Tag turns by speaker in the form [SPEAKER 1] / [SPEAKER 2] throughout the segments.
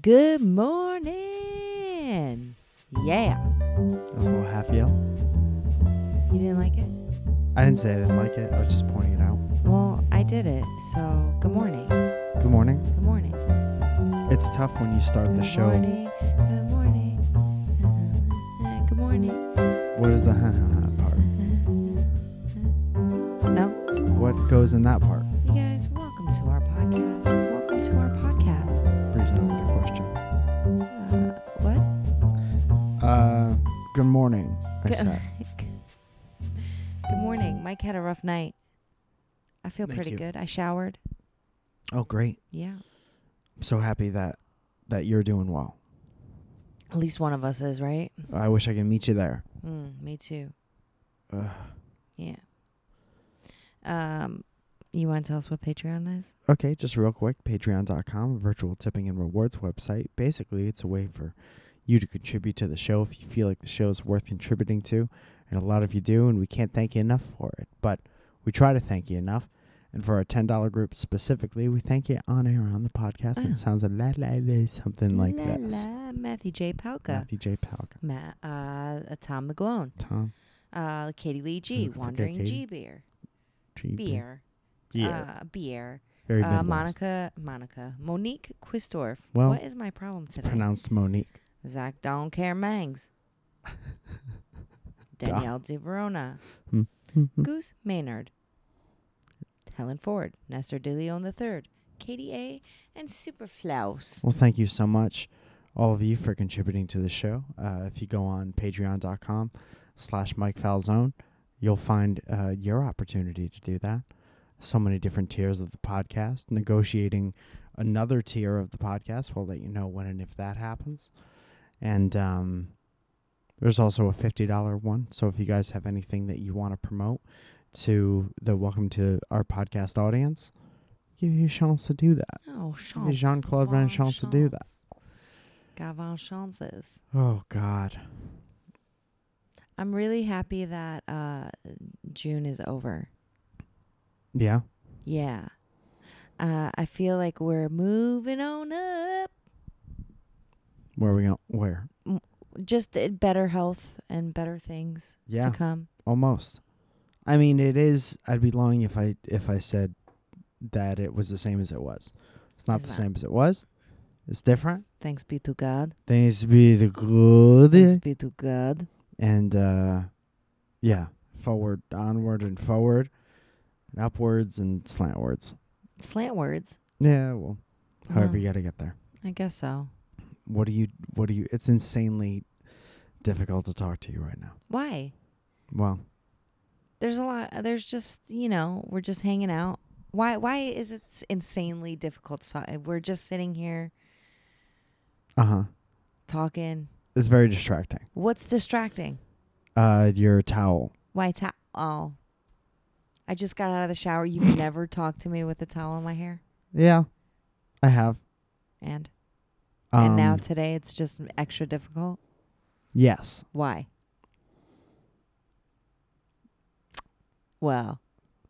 [SPEAKER 1] Good morning. Yeah.
[SPEAKER 2] That was a little half yell.
[SPEAKER 1] You didn't like it?
[SPEAKER 2] I didn't say I didn't like it. I was just pointing it out.
[SPEAKER 1] Well, I did it. So, good morning.
[SPEAKER 2] Good morning.
[SPEAKER 1] Good morning.
[SPEAKER 2] It's tough when you start the
[SPEAKER 1] good
[SPEAKER 2] show.
[SPEAKER 1] Morning. Good morning. Uh, Good morning.
[SPEAKER 2] What is the part?
[SPEAKER 1] No?
[SPEAKER 2] What goes in that part?
[SPEAKER 1] You guys, welcome to our podcast. Welcome to our podcast.
[SPEAKER 2] Brings it up with a question.
[SPEAKER 1] Uh, what?
[SPEAKER 2] Uh, good morning. I
[SPEAKER 1] Good-
[SPEAKER 2] said.
[SPEAKER 1] Good morning. Mike had a rough night. I feel
[SPEAKER 2] Thank
[SPEAKER 1] pretty
[SPEAKER 2] you.
[SPEAKER 1] good. I showered.
[SPEAKER 2] Oh, great.
[SPEAKER 1] Yeah.
[SPEAKER 2] I'm so happy that that you're doing well.
[SPEAKER 1] At least one of us is, right?
[SPEAKER 2] I wish I could meet you there.
[SPEAKER 1] Mm, me too.
[SPEAKER 2] Ugh.
[SPEAKER 1] Yeah. Um, you want to tell us what Patreon is?
[SPEAKER 2] Okay, just real quick, patreon.com, virtual tipping and rewards website. Basically, it's a way for you to contribute to the show if you feel like the show is worth contributing to. And a lot of you do, and we can't thank you enough for it. But we try to thank you enough. And for our $10 group specifically, we thank you on air on the podcast. And
[SPEAKER 1] Oh.
[SPEAKER 2] it sounds a la la la, something like
[SPEAKER 1] La
[SPEAKER 2] this.
[SPEAKER 1] la, Matthew J. Palka,
[SPEAKER 2] Matthew J. Palka.
[SPEAKER 1] Matt, uh, Tom McGlone,
[SPEAKER 2] Tom
[SPEAKER 1] uh, Katie Lee G,
[SPEAKER 2] forget
[SPEAKER 1] Wandering G
[SPEAKER 2] Katie.
[SPEAKER 1] Beer,
[SPEAKER 2] G.
[SPEAKER 1] Beer,
[SPEAKER 2] Yeah.
[SPEAKER 1] uh, Beer,
[SPEAKER 2] Very
[SPEAKER 1] uh,
[SPEAKER 2] Midwest.
[SPEAKER 1] Monica, Monica, Monique Quistorf.
[SPEAKER 2] Well,
[SPEAKER 1] what is my problem
[SPEAKER 2] It's
[SPEAKER 1] today?
[SPEAKER 2] pronounced Monique.
[SPEAKER 1] Zach Don't Care Mangs, Danielle De Verona, Goose Maynard, Helen Ford, Nestor De Leon III, Katie A, and Superflaus.
[SPEAKER 2] Well, thank you so much, all of you, for contributing to the show. Uh, if you go on patreon.com slash Mike Falzone, you'll find uh, your opportunity to do that. So many different tiers of the podcast. Negotiating another tier of the podcast, we'll let you know when and if that happens. And um, there's also a $50 one. So if you guys have anything that you want to promote to the Welcome to Our Podcast audience, give you a chance to do that.
[SPEAKER 1] Oh,
[SPEAKER 2] Give
[SPEAKER 1] chance.
[SPEAKER 2] Jean Claude
[SPEAKER 1] Gavin
[SPEAKER 2] Van Chance to do that.
[SPEAKER 1] Gavin chances.
[SPEAKER 2] Oh God.
[SPEAKER 1] I'm really happy that uh, June is over.
[SPEAKER 2] Yeah.
[SPEAKER 1] Yeah. Uh, I feel like we're moving on up.
[SPEAKER 2] Where are we going? Where?
[SPEAKER 1] Just uh, better health and better things
[SPEAKER 2] Yeah.
[SPEAKER 1] to come.
[SPEAKER 2] Almost. I mean, it is. I'd be lying if I if I said that it was the same as it was. It's not
[SPEAKER 1] It's
[SPEAKER 2] the
[SPEAKER 1] not.
[SPEAKER 2] same as it was. It's different.
[SPEAKER 1] Thanks be to God.
[SPEAKER 2] Things be the
[SPEAKER 1] Thanks
[SPEAKER 2] good
[SPEAKER 1] be to God.
[SPEAKER 2] and uh, yeah, forward, onward, and forward, and upwards and slantwards.
[SPEAKER 1] Slant words.
[SPEAKER 2] Yeah. Well, however
[SPEAKER 1] Wow.
[SPEAKER 2] you got to get there.
[SPEAKER 1] I guess so.
[SPEAKER 2] What do you? What do you? It's insanely difficult to talk to you right now.
[SPEAKER 1] Why?
[SPEAKER 2] Well,
[SPEAKER 1] There's a lot. There's just you know we're just hanging out. Why? Why is it s- insanely difficult? To talk? We're just sitting here
[SPEAKER 2] uh huh.
[SPEAKER 1] talking.
[SPEAKER 2] It's very distracting.
[SPEAKER 1] What's distracting?
[SPEAKER 2] uh your towel.
[SPEAKER 1] Why towel? Oh, I just got out of the shower. You've never talked to me with a towel in my hair,
[SPEAKER 2] Yeah, I have.
[SPEAKER 1] and
[SPEAKER 2] Um,
[SPEAKER 1] and now today it's just extra difficult.
[SPEAKER 2] yes,
[SPEAKER 1] Why? Well,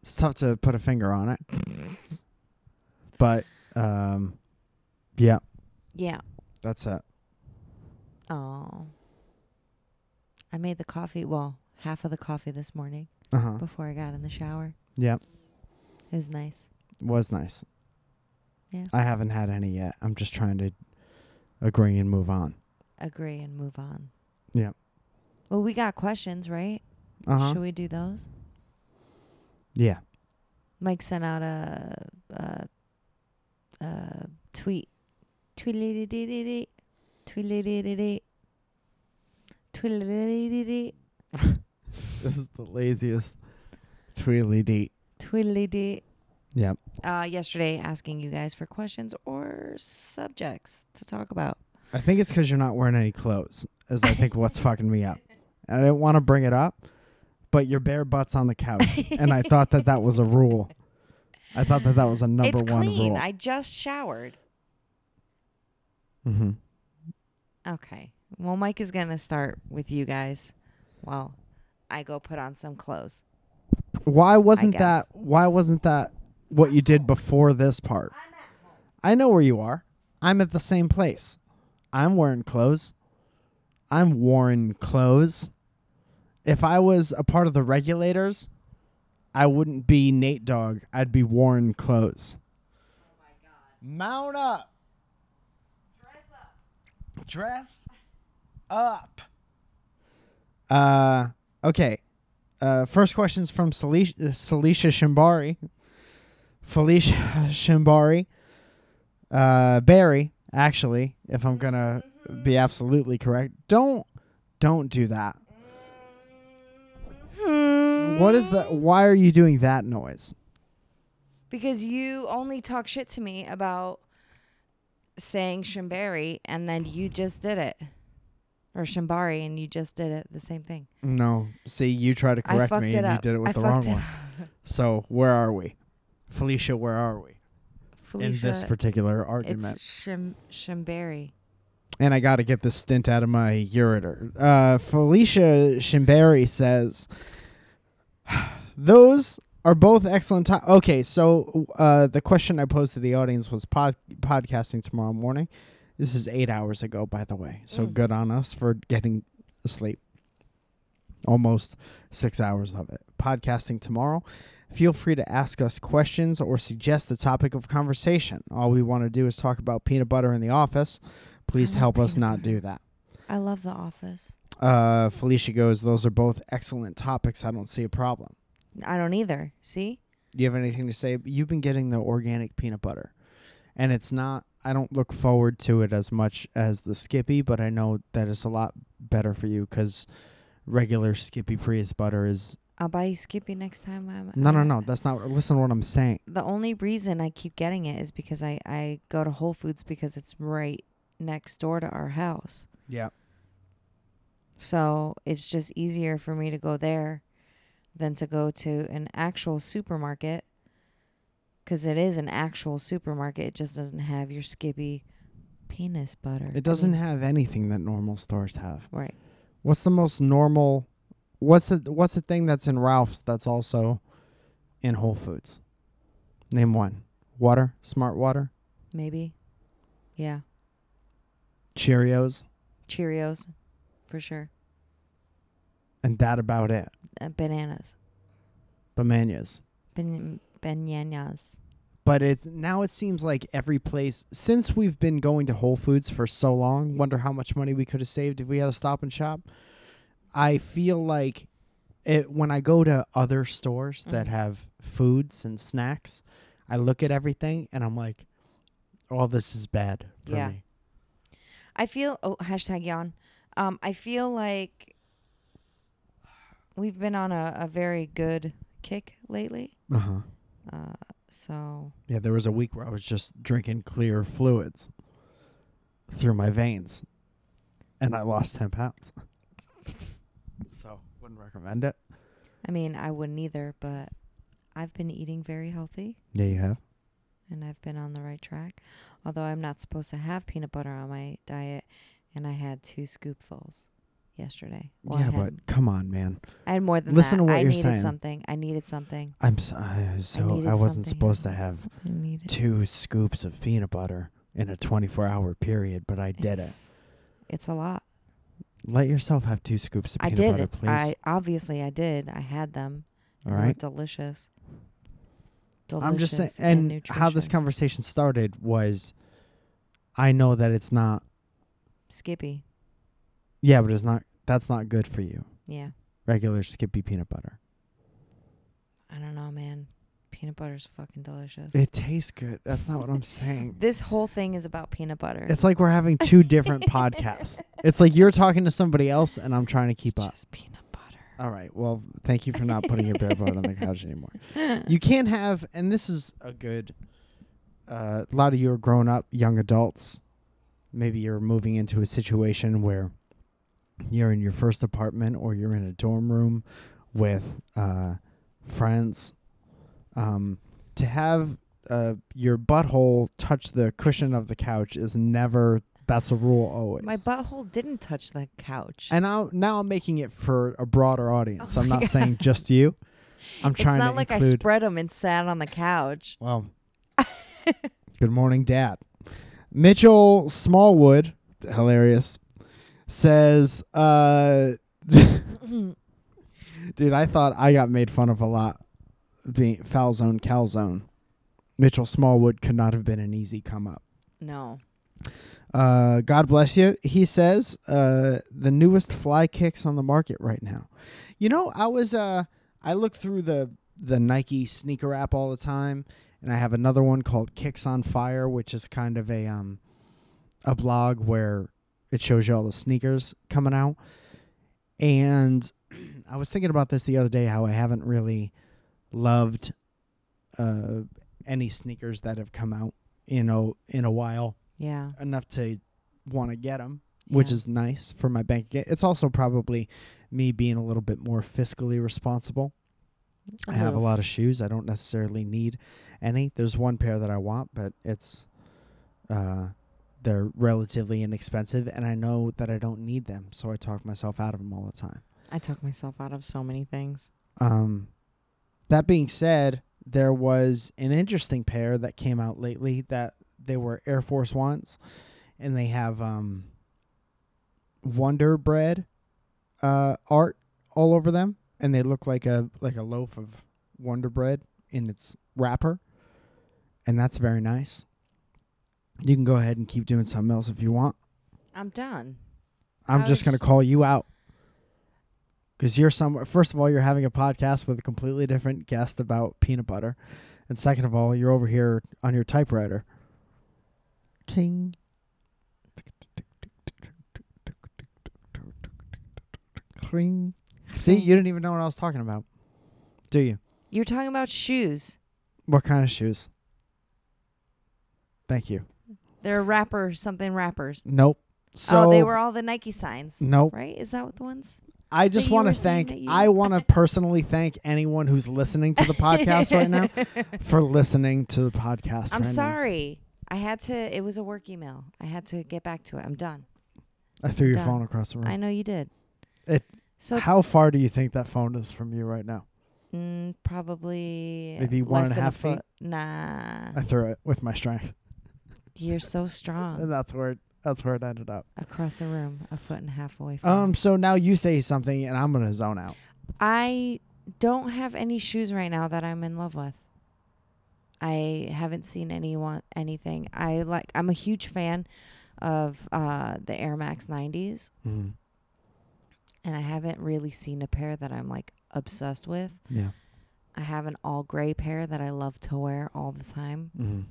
[SPEAKER 2] it's tough to put a finger on it, but um, yeah,
[SPEAKER 1] yeah.
[SPEAKER 2] that's it.
[SPEAKER 1] Oh, I made the coffee. Well, half of the coffee this morning
[SPEAKER 2] Uh huh.
[SPEAKER 1] before I got in the shower.
[SPEAKER 2] Yeah,
[SPEAKER 1] It was nice.
[SPEAKER 2] was nice.
[SPEAKER 1] Yeah.
[SPEAKER 2] I haven't had any yet. I'm just trying to agree and move on.
[SPEAKER 1] Agree and move on.
[SPEAKER 2] Yeah.
[SPEAKER 1] Well, we got questions, right?
[SPEAKER 2] Uh huh.
[SPEAKER 1] Should we do those?
[SPEAKER 2] Yeah.
[SPEAKER 1] Mike sent out a, a, a tweet. Tweet-a-dee-dee-dee-dee. Tweet-a-dee-dee-dee. Tweet-a-dee-dee-dee.
[SPEAKER 2] This is the laziest tweedly date.
[SPEAKER 1] Tweet-a-dee-dee.
[SPEAKER 2] Yep.
[SPEAKER 1] Uh, yesterday, asking you guys for questions or subjects to talk about.
[SPEAKER 2] I think it's because you're not wearing any clothes, is I think what's fucking me up. And I didn't want to bring it up, but your bare butt's on the couch. and I thought that that was a rule. I thought that that was a number
[SPEAKER 1] it's
[SPEAKER 2] one
[SPEAKER 1] clean.
[SPEAKER 2] rule.
[SPEAKER 1] I just showered.
[SPEAKER 2] mm-hmm.
[SPEAKER 1] Okay. Well, Mike is gonna start with you guys. Well, I go put on some clothes.
[SPEAKER 2] Why wasn't
[SPEAKER 1] guess.
[SPEAKER 2] that? Why wasn't that what you did before this part? I know where you are. I'm at the same place. I'm wearing clothes. I'm wearing clothes. If I was a part of the regulators, I wouldn't be Nate Dogg. I'd be Warren Clothes. Mount up. Dress up. Uh, okay. Uh, first question's from Celicia, Celicia Shimbari. Felicia Shimbari. Uh, Barry, actually, if I'm gonna be absolutely correct. Don't, don't do that. What is that? Why are you doing that noise?
[SPEAKER 1] Because you only talk shit to me about saying Shimbari and then you just did it. Or Shimbari and you just did it. The same thing.
[SPEAKER 2] No. See, you try to
[SPEAKER 1] I
[SPEAKER 2] correct
[SPEAKER 1] fucked
[SPEAKER 2] me
[SPEAKER 1] it
[SPEAKER 2] and you
[SPEAKER 1] up.
[SPEAKER 2] did it with
[SPEAKER 1] I
[SPEAKER 2] the wrong
[SPEAKER 1] fucked it
[SPEAKER 2] one.
[SPEAKER 1] up.
[SPEAKER 2] So, where are we? Felicia, where are we in
[SPEAKER 1] Felicia,
[SPEAKER 2] this particular argument?
[SPEAKER 1] it's Shim, Shimbari.
[SPEAKER 2] and I got to get this stint out of my ureter. Uh, Felicia Shimbari says, "Those are both excellent time." Okay, so uh, the question I posed to the audience was pod- podcasting tomorrow morning. This is eight hours ago, by the way. So
[SPEAKER 1] Mm.
[SPEAKER 2] good on us for getting asleep. Almost six hours of it. Podcasting tomorrow. Feel free to ask us questions or suggest the topic of conversation. All we want to do is talk about peanut butter in the office. Please
[SPEAKER 1] love
[SPEAKER 2] help us
[SPEAKER 1] peanut
[SPEAKER 2] not
[SPEAKER 1] butter.
[SPEAKER 2] do that.
[SPEAKER 1] I love The Office.
[SPEAKER 2] Uh, Felicia goes, Those are both excellent topics. I don't see a problem.
[SPEAKER 1] I don't either. See?
[SPEAKER 2] Do you have anything to say? You've been getting the organic peanut butter, and it's not, I don't look forward to it as much as the Skippy, but I know that it's a lot better for you because regular Skippy Prius butter is.
[SPEAKER 1] I'll buy you Skippy next time I'm
[SPEAKER 2] No, no,
[SPEAKER 1] I'm-
[SPEAKER 2] no. That's not, listen to what I'm saying.
[SPEAKER 1] the only reason I keep getting it is because I, I go to Whole Foods because it's right next door to our house.
[SPEAKER 2] Yeah.
[SPEAKER 1] So it's just easier for me to go there than to go to an actual supermarket because it is an actual supermarket. It just doesn't have your Skippy penis butter. I
[SPEAKER 2] It doesn't
[SPEAKER 1] mean,
[SPEAKER 2] have anything that normal stores have.
[SPEAKER 1] Right.
[SPEAKER 2] What's the most normal? What's the What's the thing that's in Ralph's that's also in Whole Foods? Name one. Water, Smart Water,
[SPEAKER 1] Maybe. Yeah.
[SPEAKER 2] Cheerios,
[SPEAKER 1] Cheerios for sure.
[SPEAKER 2] and that about it.
[SPEAKER 1] Uh, bananas.
[SPEAKER 2] Bamanias.
[SPEAKER 1] Ben- bananas.
[SPEAKER 2] But it now it seems like every place since we've been going to Whole Foods for so long. Wonder how much money we could have saved if we had a Stop and Shop. I feel like it when I go to other stores that
[SPEAKER 1] Mhm.
[SPEAKER 2] have foods and snacks. I look at everything and I'm like, all this is bad for
[SPEAKER 1] Yeah.
[SPEAKER 2] me.
[SPEAKER 1] I feel oh hashtag yawn. Um, I feel like we've been on a, a very good kick lately.
[SPEAKER 2] Uh huh.
[SPEAKER 1] Uh, so
[SPEAKER 2] Yeah, there was a week where I was just drinking clear fluids through my veins, and I lost ten pounds. so wouldn't recommend it.
[SPEAKER 1] I mean I wouldn't either, but I've been eating very healthy
[SPEAKER 2] Yeah, you have.
[SPEAKER 1] and I've been on the right track. Although I'm not supposed to have peanut butter on my diet, and I had two scoopfuls yesterday. Well, I
[SPEAKER 2] yeah,
[SPEAKER 1] had,
[SPEAKER 2] but come on, man.
[SPEAKER 1] I had more than
[SPEAKER 2] listen
[SPEAKER 1] that.
[SPEAKER 2] to what
[SPEAKER 1] I
[SPEAKER 2] you're
[SPEAKER 1] needed
[SPEAKER 2] saying.
[SPEAKER 1] something. I needed something.
[SPEAKER 2] I'm so, I, so
[SPEAKER 1] needed
[SPEAKER 2] I, wasn't
[SPEAKER 1] something
[SPEAKER 2] supposed to
[SPEAKER 1] else.
[SPEAKER 2] have
[SPEAKER 1] I needed.
[SPEAKER 2] two scoops of peanut butter in a 24 hour period, but I did it.
[SPEAKER 1] It's- It's a lot.
[SPEAKER 2] Let yourself have two scoops of
[SPEAKER 1] I
[SPEAKER 2] peanut
[SPEAKER 1] did.
[SPEAKER 2] butter,
[SPEAKER 1] it.
[SPEAKER 2] please.
[SPEAKER 1] I obviously I did. I had them.
[SPEAKER 2] All
[SPEAKER 1] They were
[SPEAKER 2] right.
[SPEAKER 1] Delicious. Delicious.
[SPEAKER 2] I'm just saying, and, how this
[SPEAKER 1] nutritious.
[SPEAKER 2] conversation started was, I know that it's not.
[SPEAKER 1] Skippy.
[SPEAKER 2] Yeah, but it's not. That's not good for you.
[SPEAKER 1] Yeah.
[SPEAKER 2] regular Skippy peanut butter.
[SPEAKER 1] I don't know, man. Peanut butter's fucking delicious.
[SPEAKER 2] It tastes good. That's not what I'm saying.
[SPEAKER 1] this whole thing is about peanut butter.
[SPEAKER 2] Mm. It's like we're having two different podcasts. It's like you're talking to somebody else and I'm trying to keep up.
[SPEAKER 1] just peanut butter.
[SPEAKER 2] All right. Well, thank you for not putting your bare butt on the couch anymore. You can't have, and this is a good. Uh, a lot of you are grown up, young adults. Maybe you're moving into a situation where you're in your first apartment or you're in a dorm room with uh, friends. Um, to have uh, your butthole touch the cushion of the couch is never. That's a rule always.
[SPEAKER 1] My butthole didn't touch the couch.
[SPEAKER 2] And now, now I'm making it for a broader audience.
[SPEAKER 1] Oh
[SPEAKER 2] I'm
[SPEAKER 1] my
[SPEAKER 2] not
[SPEAKER 1] God.
[SPEAKER 2] saying just you. I'm
[SPEAKER 1] it's
[SPEAKER 2] trying
[SPEAKER 1] not
[SPEAKER 2] to
[SPEAKER 1] like I
[SPEAKER 2] include.
[SPEAKER 1] spread them and sat on the couch.
[SPEAKER 2] well, good morning, Dad. Mitchell Smallwood, hilarious, says, uh, dude, I thought I got made fun of a lot being foul zone, cal zone. Mitchell Smallwood could not have been an easy come up.
[SPEAKER 1] No.
[SPEAKER 2] Uh, God bless you. He says uh, the newest fly kicks on the market right now. You know, I was uh, I look through the the Nike sneaker app all the time, and I have another one called Kicks on Fire, which is kind of a um, a blog where it shows you all the sneakers coming out. And I was thinking about this the other day how I haven't really loved uh, any sneakers that have come out in a in a while
[SPEAKER 1] Yeah.
[SPEAKER 2] enough to want to get them, which
[SPEAKER 1] Yeah.
[SPEAKER 2] is nice for my bank account. It's also probably me being a little bit more fiscally responsible. I have a lot of shoes. I don't necessarily need any. There's one pair that I want, but it's uh they're relatively inexpensive and I know that I don't need them, so I talk myself out of them all the time.
[SPEAKER 1] I talk myself out of so many things.
[SPEAKER 2] Um, that being said, there was an interesting pair that came out lately that they were Air Force Ones, and they have um, Wonder Bread uh, art all over them, and they look like a like a loaf of Wonder Bread in its wrapper, and that's very nice. You can go ahead and keep doing something else if you want.
[SPEAKER 1] I'm done.
[SPEAKER 2] I'm
[SPEAKER 1] I was-
[SPEAKER 2] just going to call you out. Because you're somewhere. First of all, you're having a podcast with a completely different guest about peanut butter. And second of all, you're over here on your typewriter. King. Ring. See, you didn't even know what I was talking about. Do you?
[SPEAKER 1] You're talking about shoes.
[SPEAKER 2] What kind of shoes? Thank you.
[SPEAKER 1] They're rapper something rappers.
[SPEAKER 2] Nope. So Mm.
[SPEAKER 1] oh, they were all the Nike signs,
[SPEAKER 2] Nope.
[SPEAKER 1] right? Is that what the ones?
[SPEAKER 2] I just
[SPEAKER 1] that you
[SPEAKER 2] want to
[SPEAKER 1] were saying that
[SPEAKER 2] thank
[SPEAKER 1] you-
[SPEAKER 2] I want to personally thank anyone who's listening to the podcast right now for listening to the podcast.
[SPEAKER 1] I'm
[SPEAKER 2] right now.
[SPEAKER 1] sorry. I had to. It was a work email. I had to get back to it. I'm done.
[SPEAKER 2] I threw your
[SPEAKER 1] Done.
[SPEAKER 2] phone across the
[SPEAKER 1] I
[SPEAKER 2] room.
[SPEAKER 1] know you did.
[SPEAKER 2] It-
[SPEAKER 1] so
[SPEAKER 2] How far do you think that phone is from you right now?
[SPEAKER 1] mm, probably
[SPEAKER 2] Maybe
[SPEAKER 1] less
[SPEAKER 2] one and a
[SPEAKER 1] than
[SPEAKER 2] half feet?
[SPEAKER 1] foot. Nah,
[SPEAKER 2] I threw it with my strength,
[SPEAKER 1] you're so strong.
[SPEAKER 2] and that's where it, that's where it ended up.
[SPEAKER 1] Across the room, a foot and a half away. From
[SPEAKER 2] Um.
[SPEAKER 1] you.
[SPEAKER 2] So now you say something, and I'm gonna zone out.
[SPEAKER 1] I don't have any shoes right now that I'm in love with. I haven't seen anyone anything. I like. I'm a huge fan of uh, the Air Max 90s,
[SPEAKER 2] Mm,
[SPEAKER 1] and I haven't really seen a pair that I'm like obsessed with.
[SPEAKER 2] yeah.
[SPEAKER 1] I have an all gray pair that I love to wear all the time.
[SPEAKER 2] Mm.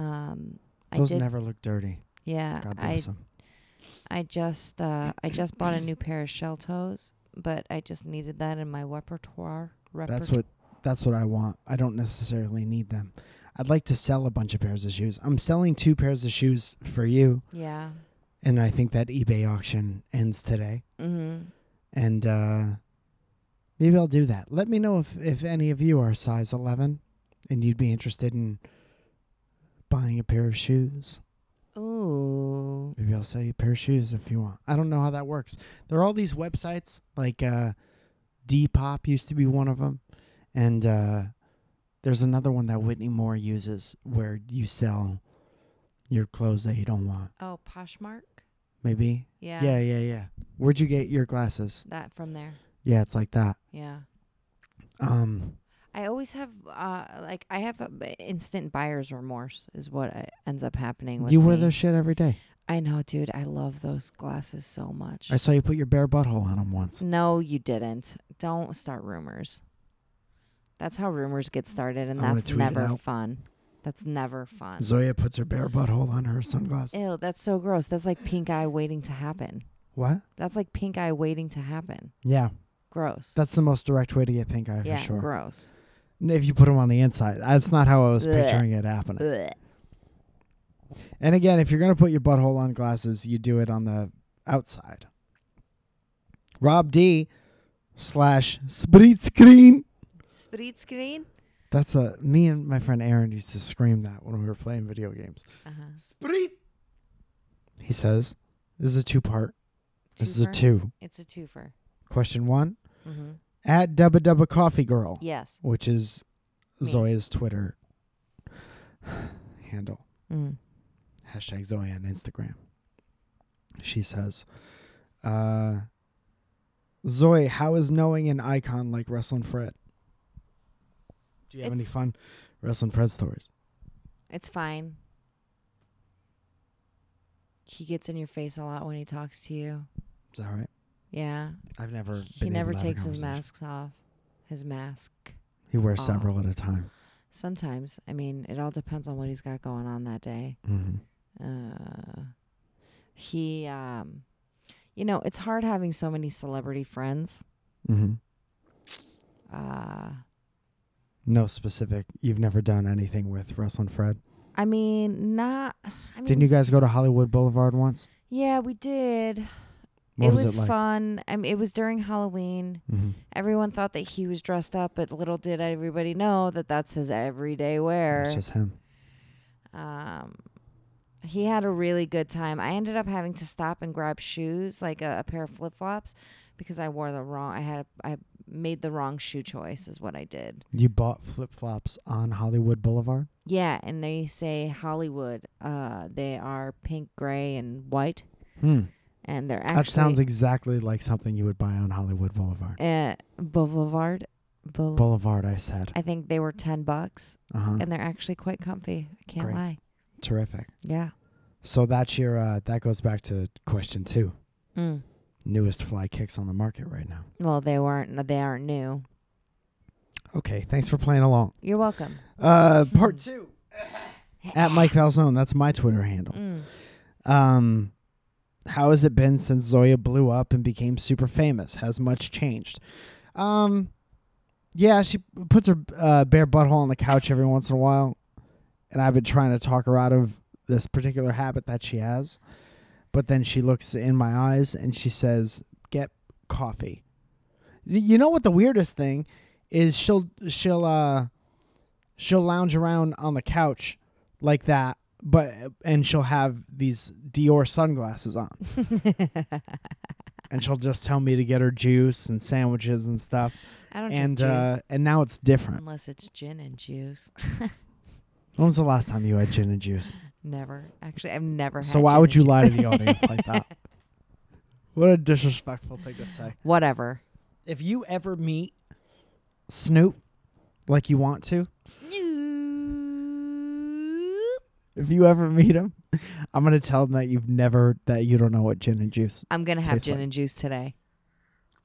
[SPEAKER 1] Um,
[SPEAKER 2] Those
[SPEAKER 1] I did,
[SPEAKER 2] never look dirty.
[SPEAKER 1] yeah,
[SPEAKER 2] God
[SPEAKER 1] I
[SPEAKER 2] bless them.
[SPEAKER 1] I just uh, I just bought a new pair of shell toes, but I just needed that in my repertoire.
[SPEAKER 2] That's
[SPEAKER 1] repertoire-
[SPEAKER 2] what that's what I want. I don't necessarily need them. I'd like to sell a bunch of pairs of shoes. I'm selling two pairs of shoes for you.
[SPEAKER 1] Yeah.
[SPEAKER 2] and I think that eBay auction ends today.
[SPEAKER 1] Mm-hmm.
[SPEAKER 2] And uh, maybe I'll do that. Let me know if if any of you are size eleven, and you'd be interested in buying a pair of shoes.
[SPEAKER 1] Ooh.
[SPEAKER 2] Maybe I'll sell you a pair of shoes if you want. I don't know how that works. There are all these websites like uh, Depop used to be one of them, and uh, there's another one that Whitney Moore uses where you sell your clothes that you don't want.
[SPEAKER 1] Oh, Poshmark.
[SPEAKER 2] Maybe.
[SPEAKER 1] Yeah.
[SPEAKER 2] Yeah, yeah, yeah. Where'd you get your glasses?
[SPEAKER 1] That from there.
[SPEAKER 2] Yeah, it's like that.
[SPEAKER 1] Yeah.
[SPEAKER 2] Um,
[SPEAKER 1] I always have uh like I have a b- instant buyer's remorse is what I, ends up happening with
[SPEAKER 2] you wear
[SPEAKER 1] me.
[SPEAKER 2] those shit every day.
[SPEAKER 1] I know, dude. I love those glasses so much.
[SPEAKER 2] I saw you put your bare butthole on them once.
[SPEAKER 1] No, you didn't. Don't start rumors. That's how rumors get started, and
[SPEAKER 2] I'm gonna
[SPEAKER 1] that's
[SPEAKER 2] tweet it
[SPEAKER 1] never
[SPEAKER 2] out.
[SPEAKER 1] fun. That's never fun.
[SPEAKER 2] Zoya puts her bare butthole on her sunglasses.
[SPEAKER 1] Ew, that's so gross. That's like pink eye waiting to happen.
[SPEAKER 2] What?
[SPEAKER 1] That's like pink eye waiting to happen.
[SPEAKER 2] Yeah,
[SPEAKER 1] Gross.
[SPEAKER 2] that's the most direct way to get pink eye
[SPEAKER 1] yeah,
[SPEAKER 2] for sure.
[SPEAKER 1] gross.
[SPEAKER 2] N- If you put them on the inside, that's not how I was
[SPEAKER 1] Blech.
[SPEAKER 2] picturing it happening.
[SPEAKER 1] Ugh.
[SPEAKER 2] And again, if you're gonna put your butthole on glasses, you do it on the outside. Rob D slash Sprit Screen.
[SPEAKER 1] Spritz screen.
[SPEAKER 2] That's a me and my friend Aaron used to scream that when we were playing video games.
[SPEAKER 1] Uh-huh.
[SPEAKER 2] He says, "This is a two part." This is a
[SPEAKER 1] Twofer?
[SPEAKER 2] two.
[SPEAKER 1] It's a twofer.
[SPEAKER 2] Question one
[SPEAKER 1] Mm-hmm.
[SPEAKER 2] at Dubba Dubba Coffee Girl,
[SPEAKER 1] Yes.
[SPEAKER 2] which is
[SPEAKER 1] Me.
[SPEAKER 2] Zoya's Twitter handle.
[SPEAKER 1] Mm.
[SPEAKER 2] hashtag Zoe on Instagram. She says, uh, Zoe, how is knowing an icon like Wrestling Fred? Do you have any
[SPEAKER 1] It's-
[SPEAKER 2] fun Wrestling Fred stories?
[SPEAKER 1] It's fine. He gets in your face a lot when he talks to you.
[SPEAKER 2] Is that right?
[SPEAKER 1] Yeah.
[SPEAKER 2] I've never.
[SPEAKER 1] He
[SPEAKER 2] been able
[SPEAKER 1] never
[SPEAKER 2] to have a
[SPEAKER 1] takes his
[SPEAKER 2] conversation.
[SPEAKER 1] masks off. His mask.
[SPEAKER 2] He wears
[SPEAKER 1] off.
[SPEAKER 2] several at a time.
[SPEAKER 1] Sometimes, I mean, it all depends on what he's got going on that day.
[SPEAKER 2] hmm
[SPEAKER 1] Uh, he, um, you know, it's hard having so many celebrity friends.
[SPEAKER 2] hmm
[SPEAKER 1] Uh,
[SPEAKER 2] No specific. You've never done anything with Wrestling Fred.
[SPEAKER 1] I mean, not. I mean,
[SPEAKER 2] Didn't you guys go to Hollywood Boulevard once?
[SPEAKER 1] Yeah, we did.
[SPEAKER 2] What
[SPEAKER 1] it
[SPEAKER 2] was,
[SPEAKER 1] was,
[SPEAKER 2] it like?
[SPEAKER 1] fun. I mean, it was during Halloween.
[SPEAKER 2] hmm
[SPEAKER 1] Everyone thought that he was dressed up, but little did everybody know that that's his everyday wear.
[SPEAKER 2] It's just him.
[SPEAKER 1] um, he had a really good time. I ended up having to stop and grab shoes, like a, a pair of flip flops, because I wore the wrong. I had I made the wrong shoe choice, is what I did.
[SPEAKER 2] You bought flip flops on Hollywood Boulevard.
[SPEAKER 1] Yeah, and they say Hollywood. Uh, they are pink, gray, and white,
[SPEAKER 2] Hmm.
[SPEAKER 1] and they're actually
[SPEAKER 2] That sounds exactly like something you would buy on Hollywood Boulevard.
[SPEAKER 1] uh, Boulevard. Boul-
[SPEAKER 2] Boulevard, I said.
[SPEAKER 1] I think they were ten bucks,
[SPEAKER 2] Uh-huh.
[SPEAKER 1] and they're actually quite comfy. I can't
[SPEAKER 2] Great.
[SPEAKER 1] lie.
[SPEAKER 2] Terrific.
[SPEAKER 1] Yeah.
[SPEAKER 2] So that's your uh, that goes back to question two.
[SPEAKER 1] Mm.
[SPEAKER 2] Newest fly kicks on the market right now.
[SPEAKER 1] Well, they weren't. They aren't new.
[SPEAKER 2] Okay, thanks for playing along.
[SPEAKER 1] You're welcome.
[SPEAKER 2] Uh, part two at Mike Valzone. That's my Twitter handle.
[SPEAKER 1] Mm.
[SPEAKER 2] Um, how has it been since Zoya blew up and became super famous? Has much changed? Um, yeah, she puts her uh, bare butthole on the couch every once in a while, and I've been trying to talk her out of this particular habit that she has. But then she looks in my eyes and she says, "Get coffee." Y- You know what the weirdest thing is? She'll she'll uh she'll lounge around on the couch like that, but and she'll have these Dior sunglasses on. and she'll just tell me to get her juice and sandwiches and stuff.
[SPEAKER 1] I don't drink
[SPEAKER 2] And
[SPEAKER 1] juice
[SPEAKER 2] uh, and now it's different.
[SPEAKER 1] unless it's gin and juice.
[SPEAKER 2] When was the last time you had gin and juice?
[SPEAKER 1] never. Actually, I've never.
[SPEAKER 2] So
[SPEAKER 1] had
[SPEAKER 2] why
[SPEAKER 1] gin
[SPEAKER 2] would
[SPEAKER 1] and
[SPEAKER 2] you
[SPEAKER 1] juice.
[SPEAKER 2] lie to the audience like that? What a disrespectful thing to say.
[SPEAKER 1] Whatever.
[SPEAKER 2] If you ever meet Snoop like you want to,
[SPEAKER 1] Snoop.
[SPEAKER 2] if you ever meet him, I'm gonna tell him that you've never that you don't know what gin and juice.
[SPEAKER 1] I'm gonna have
[SPEAKER 2] Tastes
[SPEAKER 1] gin
[SPEAKER 2] like-
[SPEAKER 1] and juice today,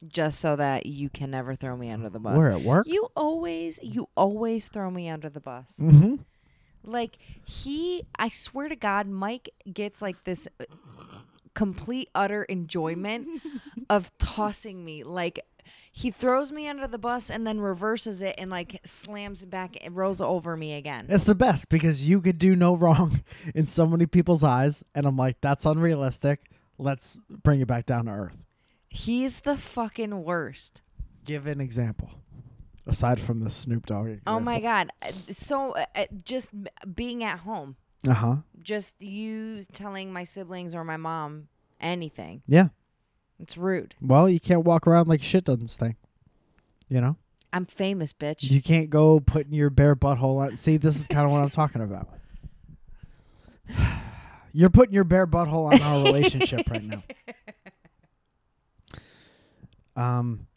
[SPEAKER 1] just so that you can never throw me under the bus.
[SPEAKER 2] We're at work.
[SPEAKER 1] You always, you always throw me under the bus.
[SPEAKER 2] mm-hmm.
[SPEAKER 1] Like he, I swear to God, Mike gets like this uh, complete utter enjoyment of tossing me. Like he throws me under the bus and then reverses it and like slams it back and rolls over me again.
[SPEAKER 2] It's the best because you could do no wrong in so many people's eyes, and I'm like, that's unrealistic. Let's bring it back down to earth.
[SPEAKER 1] He's the fucking worst.
[SPEAKER 2] Give an example. Aside from the Snoop Dogg.
[SPEAKER 1] Oh my God. Uh, So uh, uh, just b- being at home,
[SPEAKER 2] Uh huh.
[SPEAKER 1] just you telling my siblings or my mom anything,
[SPEAKER 2] Yeah.
[SPEAKER 1] it's rude.
[SPEAKER 2] Well, you can't walk around like shit doesn't stink. You know,
[SPEAKER 1] I'm famous, bitch.
[SPEAKER 2] you can't go putting your bare butthole on. See, this is kind of what I'm talking about. You're putting your bare butthole on our relationship right now. Um,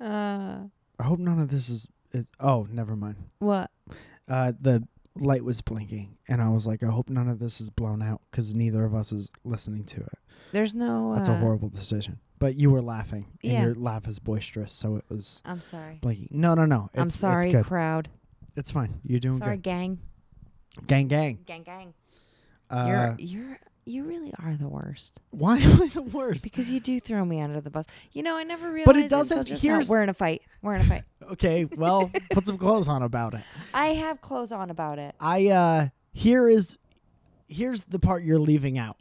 [SPEAKER 1] Uh,
[SPEAKER 2] I hope none of this is. is oh, never mind.
[SPEAKER 1] what?
[SPEAKER 2] uh, the light was blinking, and I was like, I hope none of this is blown out because neither of us is listening to it.
[SPEAKER 1] There's no.
[SPEAKER 2] That's
[SPEAKER 1] uh,
[SPEAKER 2] a horrible decision. But you were laughing, and
[SPEAKER 1] Yeah.
[SPEAKER 2] your laugh is boisterous, so it was
[SPEAKER 1] I'm sorry.
[SPEAKER 2] blinking. No, no, no. It's,
[SPEAKER 1] I'm sorry,
[SPEAKER 2] It's good.
[SPEAKER 1] crowd.
[SPEAKER 2] It's fine. You're doing
[SPEAKER 1] Sorry, gang.
[SPEAKER 2] good. Gang, gang.
[SPEAKER 1] Gang, gang.
[SPEAKER 2] Uh,
[SPEAKER 1] you're, you're, you really are the worst
[SPEAKER 2] why am I the worst?
[SPEAKER 1] because you do throw me under the bus. You know, I never realized.
[SPEAKER 2] But it
[SPEAKER 1] until
[SPEAKER 2] doesn't-
[SPEAKER 1] just now.
[SPEAKER 2] here's-
[SPEAKER 1] We're in a fight. We're in a fight.
[SPEAKER 2] Okay, well, put some clothes on about it.
[SPEAKER 1] I have clothes on about it.
[SPEAKER 2] I uh here is here's the part you're leaving out.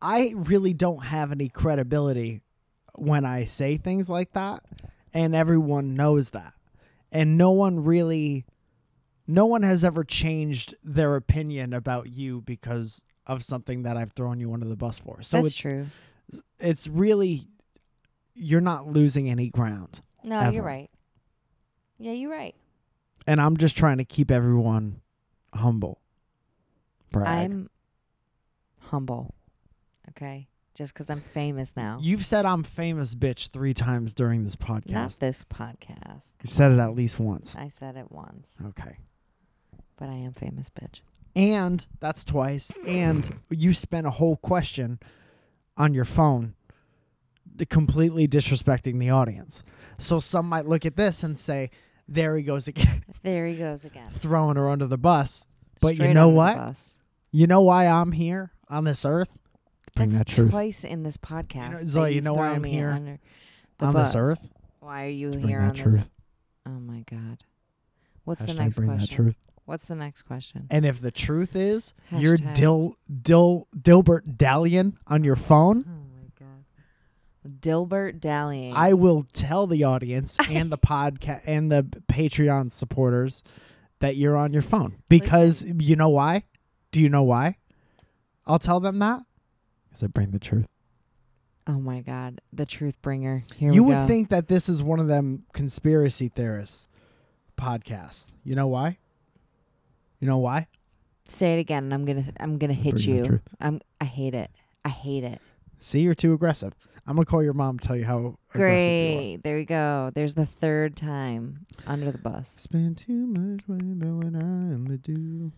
[SPEAKER 2] I really don't have any credibility when I say things like that and everyone knows that. And no one really no one has ever changed their opinion about you because of something that I've thrown you under the bus for. So
[SPEAKER 1] That's
[SPEAKER 2] it's
[SPEAKER 1] true.
[SPEAKER 2] it's really you're not losing any ground.
[SPEAKER 1] No,
[SPEAKER 2] ever.
[SPEAKER 1] you're right. Yeah, you're right.
[SPEAKER 2] And I'm just trying to keep everyone humble. Brag.
[SPEAKER 1] I'm humble. Okay? Just because I'm famous now.
[SPEAKER 2] You've said I'm famous, bitch, three times during this
[SPEAKER 1] Not
[SPEAKER 2] podcast.
[SPEAKER 1] this podcast.
[SPEAKER 2] You said it at least once.
[SPEAKER 1] I said it once,
[SPEAKER 2] Okay.
[SPEAKER 1] but I am famous, bitch.
[SPEAKER 2] And that's twice. And you spent a whole question on your phone d- completely disrespecting the audience. So some might look at this and say, there he goes again,
[SPEAKER 1] There he goes again.
[SPEAKER 2] throwing her under the bus. But you
[SPEAKER 1] Straight
[SPEAKER 2] know
[SPEAKER 1] under the
[SPEAKER 2] what?
[SPEAKER 1] bus.
[SPEAKER 2] You know why I'm here on this earth? Bring
[SPEAKER 1] That's
[SPEAKER 2] that truth.
[SPEAKER 1] twice in this podcast. that
[SPEAKER 2] Zoe, you
[SPEAKER 1] you've
[SPEAKER 2] know why
[SPEAKER 1] thrown
[SPEAKER 2] I'm
[SPEAKER 1] me
[SPEAKER 2] here?
[SPEAKER 1] under the
[SPEAKER 2] On
[SPEAKER 1] bus.
[SPEAKER 2] this earth?
[SPEAKER 1] Why are you
[SPEAKER 2] To
[SPEAKER 1] here
[SPEAKER 2] bring
[SPEAKER 1] on
[SPEAKER 2] that
[SPEAKER 1] this?
[SPEAKER 2] truth.
[SPEAKER 1] Oh my God. What's the
[SPEAKER 2] Hashtag
[SPEAKER 1] next
[SPEAKER 2] bring
[SPEAKER 1] question?
[SPEAKER 2] that truth.
[SPEAKER 1] What's the next question?
[SPEAKER 2] And if the truth is you're
[SPEAKER 1] Hashtag.
[SPEAKER 2] Dil Dil Dilbert Dallion on your phone,
[SPEAKER 1] Oh my God. Dilbert Dallying.
[SPEAKER 2] I will tell the audience and the podcast and the Patreon supporters that you're on your phone because you know why? Do you know why? I'll tell them that. Because I bring the truth.
[SPEAKER 1] oh my God. The truth bringer. Here
[SPEAKER 2] you
[SPEAKER 1] we
[SPEAKER 2] would
[SPEAKER 1] go.
[SPEAKER 2] think that this is one of them conspiracy theorists podcasts. You know why? You know why?
[SPEAKER 1] Say it again, and I'm gonna I'm gonna hit
[SPEAKER 2] Bring the
[SPEAKER 1] you.
[SPEAKER 2] truth.
[SPEAKER 1] I'm I hate it. I hate it.
[SPEAKER 2] See, you're too aggressive. I'm gonna call your mom. and Tell you how aggressive you are.
[SPEAKER 1] Great. There we go. There's the third time under the bus.
[SPEAKER 2] Spend too much worrying about what I'm gonna do.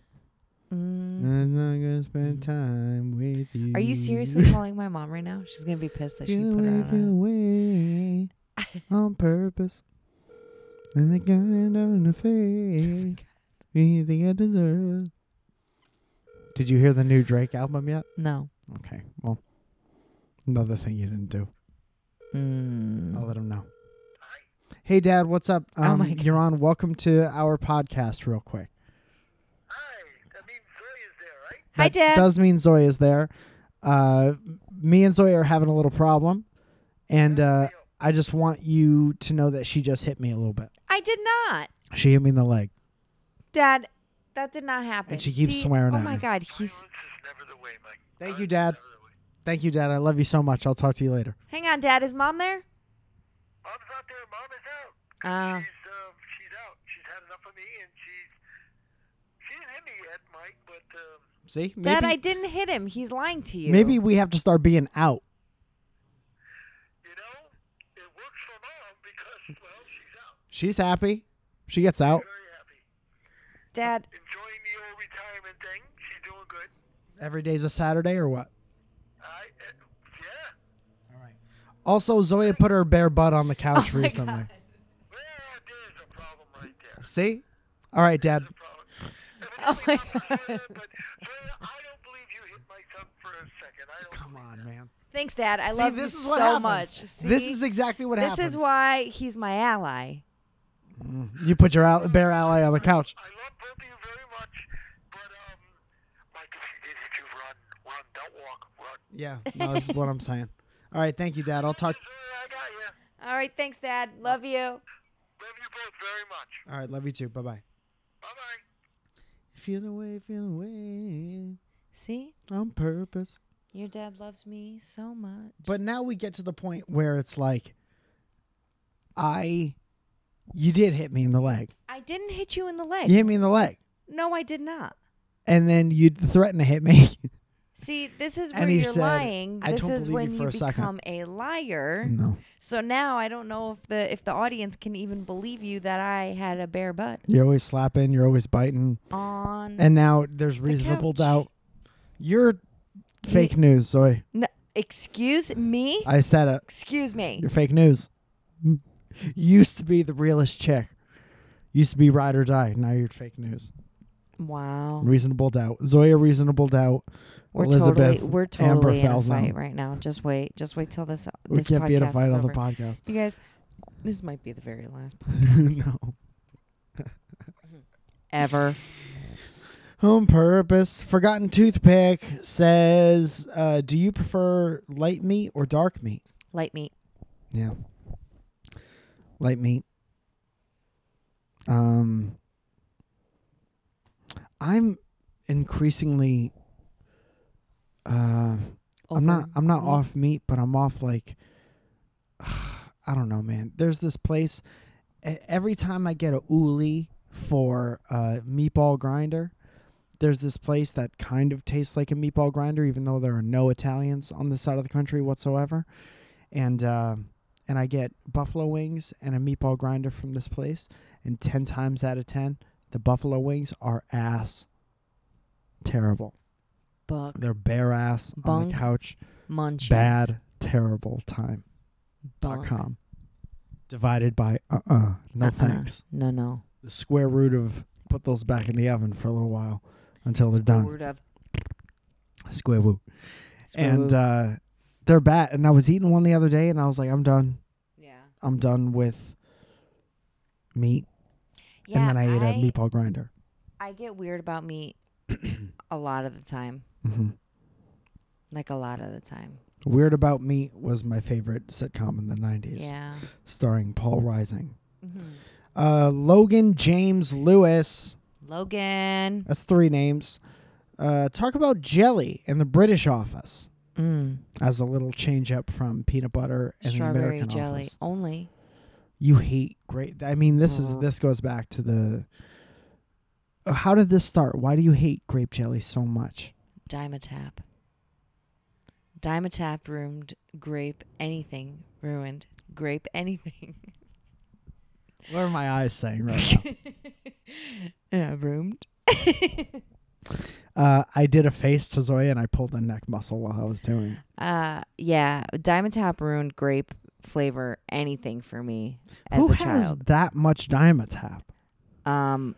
[SPEAKER 1] Mm.
[SPEAKER 2] I'm not gonna spend time with you.
[SPEAKER 1] Are you seriously calling my mom right now? She's gonna be pissed that she
[SPEAKER 2] Feel
[SPEAKER 1] put her
[SPEAKER 2] away, feel
[SPEAKER 1] on.
[SPEAKER 2] away on purpose. And I got it on the face. You think I deserve it? Did you hear the new Drake album yet?
[SPEAKER 1] A, no.
[SPEAKER 2] Okay, well, another thing you didn't do.
[SPEAKER 1] Mm.
[SPEAKER 2] I'll let him know. Hey, Dad, what's up?
[SPEAKER 1] Oh
[SPEAKER 2] Um,
[SPEAKER 1] my God.
[SPEAKER 2] you're on. Welcome to our podcast, real quick.
[SPEAKER 3] Hi, that means Zoe is there, right?
[SPEAKER 1] Hi,
[SPEAKER 2] That
[SPEAKER 1] Dad.
[SPEAKER 2] Does mean Zoe is there. Uh, me and Zoe are having a little problem, and uh, I just want you to know that she just hit me a little bit.
[SPEAKER 1] I did not,
[SPEAKER 2] She hit me in the leg.
[SPEAKER 1] Dad. That did not happen.
[SPEAKER 2] And she keeps swearing
[SPEAKER 1] Oh
[SPEAKER 2] at
[SPEAKER 1] my
[SPEAKER 2] me.
[SPEAKER 1] God.
[SPEAKER 3] Silence
[SPEAKER 1] He's.
[SPEAKER 3] is never the way, Mike.
[SPEAKER 2] Thank you, Dad.
[SPEAKER 3] Silence is never the way.
[SPEAKER 2] Thank you, Dad. I love you so much. I'll talk to you later.
[SPEAKER 1] Hang on, Dad. Is Mom there?
[SPEAKER 3] Mom's not there. Mom is out.
[SPEAKER 1] Ah.
[SPEAKER 3] She's, uh, she's out. She's had enough of me, and she's she didn't hit me yet, Mike. But um,
[SPEAKER 2] See, maybe,
[SPEAKER 1] Dad, I didn't hit him. He's lying to you.
[SPEAKER 2] maybe we have to start being out.
[SPEAKER 3] you know, it works for mom because well, she's out.
[SPEAKER 2] She's happy. She gets out.
[SPEAKER 3] Very happy,
[SPEAKER 1] Dad.
[SPEAKER 3] enjoying the old retirement thing. She's doing good.
[SPEAKER 2] Every day's a Saturday, or what?
[SPEAKER 3] I uh, yeah.
[SPEAKER 2] All right. Also, Zoe put her bare butt on the couch
[SPEAKER 1] Oh
[SPEAKER 2] recently.
[SPEAKER 3] Well, there's a problem right there.
[SPEAKER 2] See? All right, Dad.
[SPEAKER 3] the problem.
[SPEAKER 1] Oh my
[SPEAKER 3] Evidently not for Zoya, but Zoya, I don't believe you hit my son for a second. I don't.
[SPEAKER 2] Come on, man.
[SPEAKER 1] Thanks, Dad. I
[SPEAKER 2] See,
[SPEAKER 1] love
[SPEAKER 2] this
[SPEAKER 1] you
[SPEAKER 2] is what
[SPEAKER 1] so
[SPEAKER 2] happens.
[SPEAKER 1] much. See?
[SPEAKER 2] This is exactly what
[SPEAKER 1] this
[SPEAKER 2] happens.
[SPEAKER 1] is why he's my ally.
[SPEAKER 2] you put your al- bare ally on the couch.
[SPEAKER 3] I love both of you very much, but um, Mike, if you did hit you, run, run, don't walk, run.
[SPEAKER 2] Yeah, no, this is what I'm saying. All right, thank you, Dad. I'll talk.
[SPEAKER 3] Zoya, I got you.
[SPEAKER 1] All right. Thanks, Dad. Love you.
[SPEAKER 3] Love you both very much.
[SPEAKER 2] All right, love you too. Bye bye.
[SPEAKER 3] Bye bye.
[SPEAKER 2] Feel away, feel away
[SPEAKER 1] See,
[SPEAKER 2] on purpose.
[SPEAKER 1] your dad loves me so much.
[SPEAKER 2] But now we get to the point where it's like, I, you did hit me in the leg.
[SPEAKER 1] I didn't hit you in the leg.
[SPEAKER 2] You hit me in the leg,
[SPEAKER 1] No, I did not.
[SPEAKER 2] and then you threatened to hit me.
[SPEAKER 1] See, this is
[SPEAKER 2] And
[SPEAKER 1] where
[SPEAKER 2] he
[SPEAKER 1] you're
[SPEAKER 2] said,
[SPEAKER 1] lying.
[SPEAKER 2] "I
[SPEAKER 1] This
[SPEAKER 2] don't
[SPEAKER 1] is
[SPEAKER 2] believe you
[SPEAKER 1] when
[SPEAKER 2] for
[SPEAKER 1] you
[SPEAKER 2] a second." Mm.
[SPEAKER 1] become a liar.
[SPEAKER 2] no,
[SPEAKER 1] So now I don't know if the if the audience can even believe you that I had a bare butt
[SPEAKER 2] you're always slapping. You're always biting.
[SPEAKER 1] on.
[SPEAKER 2] And now there's reasonable
[SPEAKER 1] Mm-hmm. couch.
[SPEAKER 2] doubt. You're fake news, Zoe.
[SPEAKER 1] No, excuse me.
[SPEAKER 2] I said it.
[SPEAKER 1] excuse me.
[SPEAKER 2] You're fake news. Mm. Used to be the realest chick. Used to be ride or die. Now you're fake news.
[SPEAKER 1] Wow.
[SPEAKER 2] Reasonable doubt. Zoya, reasonable doubt.
[SPEAKER 1] We're
[SPEAKER 2] Elizabeth,
[SPEAKER 1] totally we're
[SPEAKER 2] Amber
[SPEAKER 1] totally in a
[SPEAKER 2] Falzone.
[SPEAKER 1] fight right now. Just wait. Just wait till this.
[SPEAKER 2] We
[SPEAKER 1] this
[SPEAKER 2] can't be in a
[SPEAKER 1] podcast
[SPEAKER 2] fight
[SPEAKER 1] is
[SPEAKER 2] on the
[SPEAKER 1] over.
[SPEAKER 2] podcast.
[SPEAKER 1] You guys, this might be the very last podcast
[SPEAKER 2] no.
[SPEAKER 1] ever.
[SPEAKER 2] Home purpose. Forgotten toothpick says, uh, "Do you prefer light meat or dark meat?"
[SPEAKER 1] Light meat.
[SPEAKER 2] Yeah. Light meat. Um I'm increasingly uh I'm not I'm not
[SPEAKER 1] meat?
[SPEAKER 2] off meat, but I'm off like I don't know, man. There's this place e- every time I get a oolie for a meatball grinder, there's this place that kind of tastes like a meatball grinder, even though there are no Italians on this side of the country whatsoever. And uh, and I get buffalo wings and a meatball grinder from this place, and ten times out of ten, the buffalo wings are ass terrible.
[SPEAKER 1] Buck
[SPEAKER 2] They're bare ass on
[SPEAKER 1] Bunk.
[SPEAKER 2] the couch.
[SPEAKER 1] munchies.
[SPEAKER 2] Bad, terrible time. dot
[SPEAKER 1] Bunk.
[SPEAKER 2] com. Divided by uh uh no
[SPEAKER 1] Uh-uh.
[SPEAKER 2] thanks.
[SPEAKER 1] No, no.
[SPEAKER 2] The square root of put those back in the oven for a little while until they're done.
[SPEAKER 1] Word of-
[SPEAKER 2] Square root. And
[SPEAKER 1] Word.
[SPEAKER 2] uh, they're bad. And I was eating one the other day, and I was like, I'm done.
[SPEAKER 1] yeah.
[SPEAKER 2] I'm done with meat.
[SPEAKER 1] Yeah,
[SPEAKER 2] and then I ate
[SPEAKER 1] I,
[SPEAKER 2] a meatball grinder.
[SPEAKER 1] I get weird about meat a lot of the time.
[SPEAKER 2] hmm
[SPEAKER 1] Like a lot of the time.
[SPEAKER 2] Weird About Meat was my favorite sitcom in the 90s,
[SPEAKER 1] Yeah.
[SPEAKER 2] starring Paul Rising.
[SPEAKER 1] Mhm.
[SPEAKER 2] Uh, Logan James Lewis.
[SPEAKER 1] Logan.
[SPEAKER 2] That's three names. Uh, talk about jelly in the British office
[SPEAKER 1] Mm.
[SPEAKER 2] as a little change up from peanut butter in the
[SPEAKER 1] Strawberry
[SPEAKER 2] American
[SPEAKER 1] jelly
[SPEAKER 2] office.
[SPEAKER 1] only.
[SPEAKER 2] You hate great. I mean, this is this goes back to the. Uh, How did this start? Why do you hate grape jelly so much?
[SPEAKER 1] Dimetap. Dimetap ruined grape anything. Ruined grape anything.
[SPEAKER 2] What are my eyes saying right now?
[SPEAKER 1] uh, ruined.
[SPEAKER 2] uh, I did a face to Zoya and I pulled a neck muscle while I was doing. it.
[SPEAKER 1] Uh, yeah. Dimetap ruined grape flavor anything for me as
[SPEAKER 2] Who
[SPEAKER 1] a
[SPEAKER 2] has
[SPEAKER 1] child.
[SPEAKER 2] that much Dimetap?
[SPEAKER 1] Um,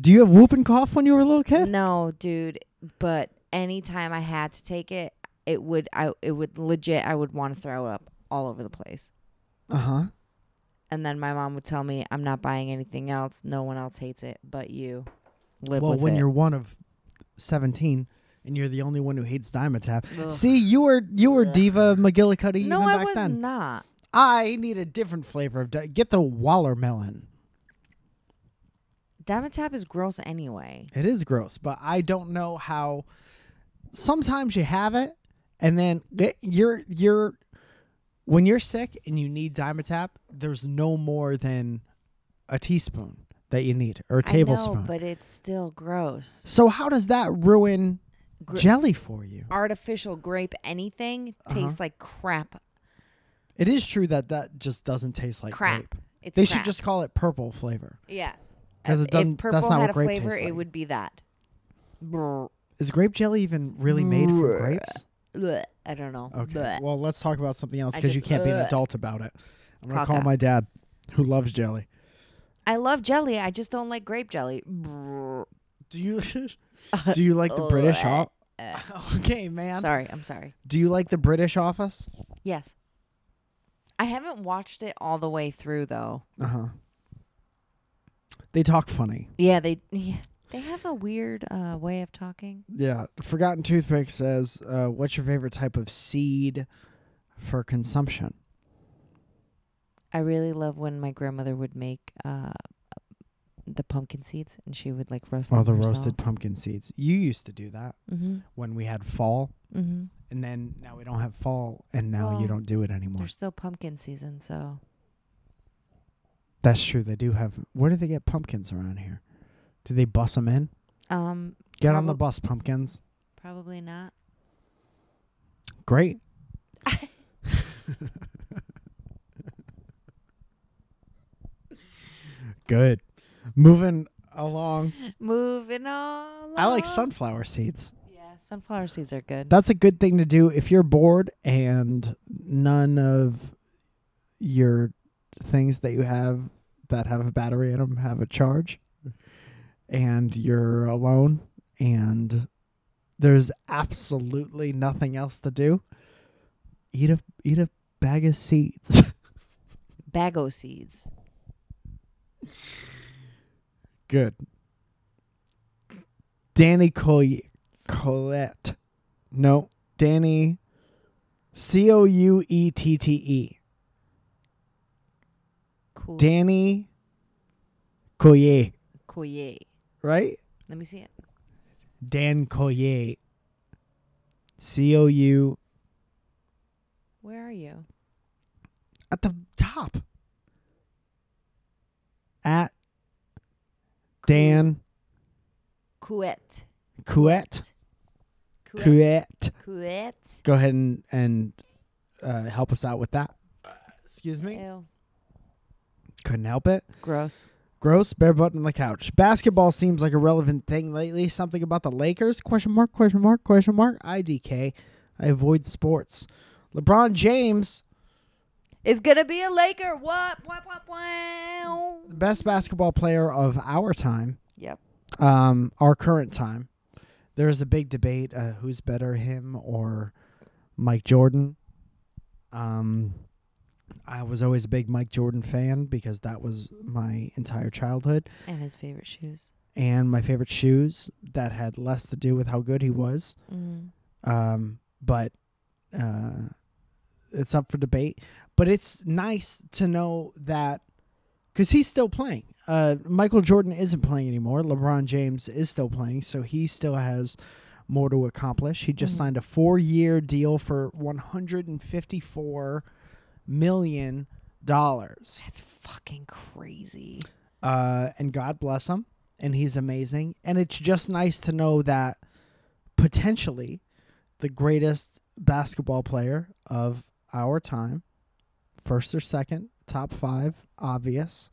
[SPEAKER 2] Do you have whoop and cough when you were a little kid?
[SPEAKER 1] No, dude. But anytime I had to take it, it would I it would legit I would want to throw up all over the place.
[SPEAKER 2] Uh huh.
[SPEAKER 1] And then my mom would tell me, "I'm not buying anything else. No one else hates it but you." Live
[SPEAKER 2] well,
[SPEAKER 1] with
[SPEAKER 2] when
[SPEAKER 1] it."
[SPEAKER 2] you're one of 17 and you're the only one who hates Dimetap.
[SPEAKER 1] Ugh.
[SPEAKER 2] See, you were you were
[SPEAKER 1] Ugh.
[SPEAKER 2] diva McGillicuddy
[SPEAKER 1] no,
[SPEAKER 2] even
[SPEAKER 1] I
[SPEAKER 2] back
[SPEAKER 1] was
[SPEAKER 2] then.
[SPEAKER 1] not.
[SPEAKER 2] I need a different flavor of di- get the Wallermelon.
[SPEAKER 1] Dimetap is gross anyway.
[SPEAKER 2] It is gross, but I don't know how. Sometimes you have it, and then it- you're you're when you're sick and you need Dimetap. There's no more than a teaspoon that you need or a
[SPEAKER 1] I know,
[SPEAKER 2] tablespoon.
[SPEAKER 1] but it's still gross.
[SPEAKER 2] so how does that ruin
[SPEAKER 1] Gr-
[SPEAKER 2] jelly for you?
[SPEAKER 1] Artificial grape anything
[SPEAKER 2] Uh-huh.
[SPEAKER 1] tastes like crap.
[SPEAKER 2] It is true that that just doesn't taste like
[SPEAKER 1] Crap.
[SPEAKER 2] grape.
[SPEAKER 1] It's
[SPEAKER 2] they
[SPEAKER 1] crap.
[SPEAKER 2] should just call it purple flavor.
[SPEAKER 1] yeah.
[SPEAKER 2] 'Cause it doesn't-
[SPEAKER 1] if
[SPEAKER 2] that's
[SPEAKER 1] purple
[SPEAKER 2] not
[SPEAKER 1] had
[SPEAKER 2] what
[SPEAKER 1] a
[SPEAKER 2] grape
[SPEAKER 1] flavor,
[SPEAKER 2] tastes
[SPEAKER 1] it
[SPEAKER 2] like.
[SPEAKER 1] would be that. Brr.
[SPEAKER 2] Is grape jelly even really made from grapes?
[SPEAKER 1] Blech. I don't know.
[SPEAKER 2] Okay.
[SPEAKER 1] Blech.
[SPEAKER 2] Well, let's talk about something else
[SPEAKER 1] I
[SPEAKER 2] because you
[SPEAKER 1] just-
[SPEAKER 2] can't be an
[SPEAKER 1] Ugh.
[SPEAKER 2] adult about it. I'm gonna call
[SPEAKER 1] Caca.
[SPEAKER 2] my dad, who loves jelly.
[SPEAKER 1] I love jelly. I just don't like grape jelly. Brr.
[SPEAKER 2] Do you do you like the British office? okay, man.
[SPEAKER 1] Sorry, I'm sorry.
[SPEAKER 2] Do you like the British office?
[SPEAKER 1] Yes. I haven't watched it all the way through though.
[SPEAKER 2] Uh huh. They talk funny.
[SPEAKER 1] Yeah, they yeah, they have a weird uh, way of talking.
[SPEAKER 2] Yeah. Forgotten Toothpick says, uh, "What's your favorite type of seed for consumption?"
[SPEAKER 1] I really love when my grandmother would make uh, the pumpkin seeds and she would like roast
[SPEAKER 2] Oh,
[SPEAKER 1] them
[SPEAKER 2] the roasted pumpkin seeds. You used to do that
[SPEAKER 1] Mm-hmm.
[SPEAKER 2] when we had fall,
[SPEAKER 1] Mm-hmm.
[SPEAKER 2] and then now we don't have fall, and now you
[SPEAKER 1] Well,
[SPEAKER 2] don't do it anymore.
[SPEAKER 1] There's still pumpkin season, so
[SPEAKER 2] That's true. They do have. Where do they get pumpkins around here? Do they bus them in?
[SPEAKER 1] um
[SPEAKER 2] Get on the
[SPEAKER 1] Probab-
[SPEAKER 2] bus, pumpkins.
[SPEAKER 1] probably not.
[SPEAKER 2] Great. Good. Moving along.
[SPEAKER 1] Moving on.
[SPEAKER 2] I like sunflower seeds.
[SPEAKER 1] Yeah, sunflower seeds are good.
[SPEAKER 2] That's a good thing to do if you're bored and none of your things that you have that have a battery in them have a charge and you're alone and there's absolutely nothing else to do. Eat a eat a bag of seeds.
[SPEAKER 1] Bago seeds.
[SPEAKER 2] Good. Danny Col- Colette. No, Danny C O U E T T E.
[SPEAKER 1] Cool.
[SPEAKER 2] Danny Collier,
[SPEAKER 1] Koye.
[SPEAKER 2] right?
[SPEAKER 1] Let me see it.
[SPEAKER 2] Dan Collier. C O U
[SPEAKER 1] Where are you?
[SPEAKER 2] at the top. At Dan
[SPEAKER 1] Kuwait.
[SPEAKER 2] Kuwait.
[SPEAKER 1] Kuwait.
[SPEAKER 2] Kuwait.
[SPEAKER 1] Kuwait.
[SPEAKER 2] Go ahead and, and uh, help us out with that. Uh, Excuse me.
[SPEAKER 1] Ew.
[SPEAKER 2] Couldn't help it.
[SPEAKER 1] Gross.
[SPEAKER 2] Gross, bare butt on the couch. Basketball seems like a relevant thing lately. Something about the Lakers? Question mark, question mark, question mark. IDK. I avoid sports. LeBron James,
[SPEAKER 1] It's gonna be a Laker. What? What? What? Wow.
[SPEAKER 2] the best basketball player of our time,
[SPEAKER 1] Yep.
[SPEAKER 2] um, our current time. There's a big debate uh, who's better, him or Mike Jordan. Um, I was always a big Mike Jordan fan because that was my entire childhood.
[SPEAKER 1] And his favorite shoes.
[SPEAKER 2] and my favorite shoes that had less to do with how good he was.
[SPEAKER 1] Mm.
[SPEAKER 2] Um, but uh, it's up for debate. But it's nice to know that because he's still playing. Uh, Michael Jordan isn't playing anymore. LeBron James is still playing, so he still has more to accomplish. He just
[SPEAKER 1] Mhm.
[SPEAKER 2] signed a four-year deal for one hundred and fifty-four million dollars.
[SPEAKER 1] That's fucking crazy.
[SPEAKER 2] uh, and God bless him, and he's amazing. And it's just nice to know that potentially the greatest basketball player of our time, first or second, top five, obvious,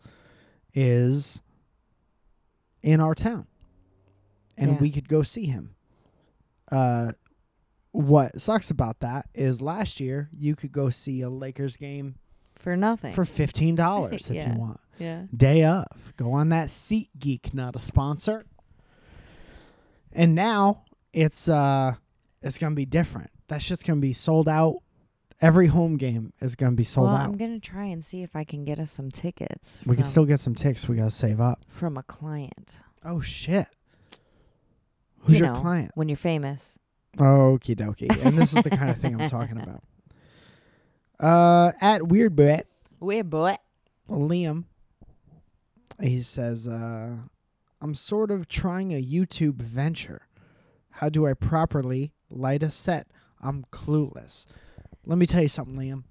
[SPEAKER 2] is in our town, and
[SPEAKER 1] Yeah.
[SPEAKER 2] we could go see him. Uh, what sucks about that is last year you could go see a Lakers game
[SPEAKER 1] For nothing.
[SPEAKER 2] for fifteen dollars if
[SPEAKER 1] Yeah.
[SPEAKER 2] you want
[SPEAKER 1] yeah.
[SPEAKER 2] day of. Go on that Seat Geek, not a sponsor. And now it's uh it's gonna be different. That shit's gonna be sold out. Every home game is gonna be sold
[SPEAKER 1] well,
[SPEAKER 2] out.
[SPEAKER 1] I'm gonna try and see if I can get us some tickets.
[SPEAKER 2] we
[SPEAKER 1] from,
[SPEAKER 2] can still get some ticks. We gotta save up.
[SPEAKER 1] from a client.
[SPEAKER 2] Oh shit! Who's
[SPEAKER 1] You
[SPEAKER 2] your
[SPEAKER 1] know,
[SPEAKER 2] client?
[SPEAKER 1] When you're famous.
[SPEAKER 2] Okie dokie. And this is the kind of thing I'm talking about. Uh, at Weird Bit,
[SPEAKER 1] We're boy.
[SPEAKER 2] Liam, he says, uh, I'm sort of trying a YouTube venture. How do I properly light a set? I'm clueless. Let me tell you something, Liam.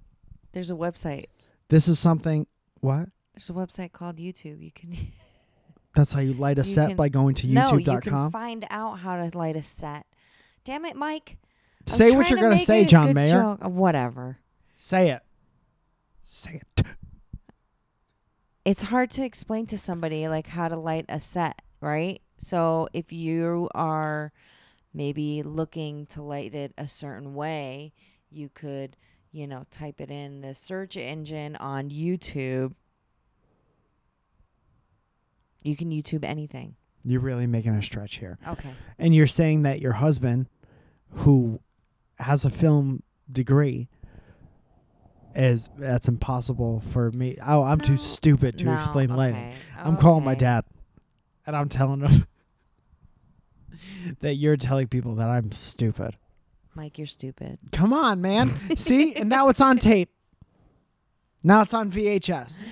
[SPEAKER 1] There's a website.
[SPEAKER 2] This is something. What?
[SPEAKER 1] There's a website called YouTube. You can
[SPEAKER 2] That's how you light a
[SPEAKER 1] You
[SPEAKER 2] set
[SPEAKER 1] can-
[SPEAKER 2] by going to
[SPEAKER 1] no. You can
[SPEAKER 2] youtube.com.
[SPEAKER 1] find out how to light a set. Damn it, Mike. I was
[SPEAKER 2] say what
[SPEAKER 1] trying
[SPEAKER 2] you're
[SPEAKER 1] to
[SPEAKER 2] going to
[SPEAKER 1] make
[SPEAKER 2] say,
[SPEAKER 1] it a
[SPEAKER 2] John
[SPEAKER 1] good
[SPEAKER 2] Mayer.
[SPEAKER 1] joke. Uh, Whatever.
[SPEAKER 2] Say it. Say it.
[SPEAKER 1] it's hard to explain to somebody like how to light a set, right? So if you are maybe looking to light it a certain way, you could, you know, type it in the search engine on YouTube. You can YouTube anything.
[SPEAKER 2] You're really making a stretch here.
[SPEAKER 1] Okay.
[SPEAKER 2] and you're saying that your husband who has a film degree is that's impossible for me oh i'm too
[SPEAKER 1] No,
[SPEAKER 2] stupid to
[SPEAKER 1] No,
[SPEAKER 2] explain lighting
[SPEAKER 1] okay,
[SPEAKER 2] i'm calling my
[SPEAKER 1] okay.
[SPEAKER 2] dad and i'm telling him that you're telling people that i'm stupid
[SPEAKER 1] Mike, you're stupid.
[SPEAKER 2] come on man see and now it's on tape now it's on vhs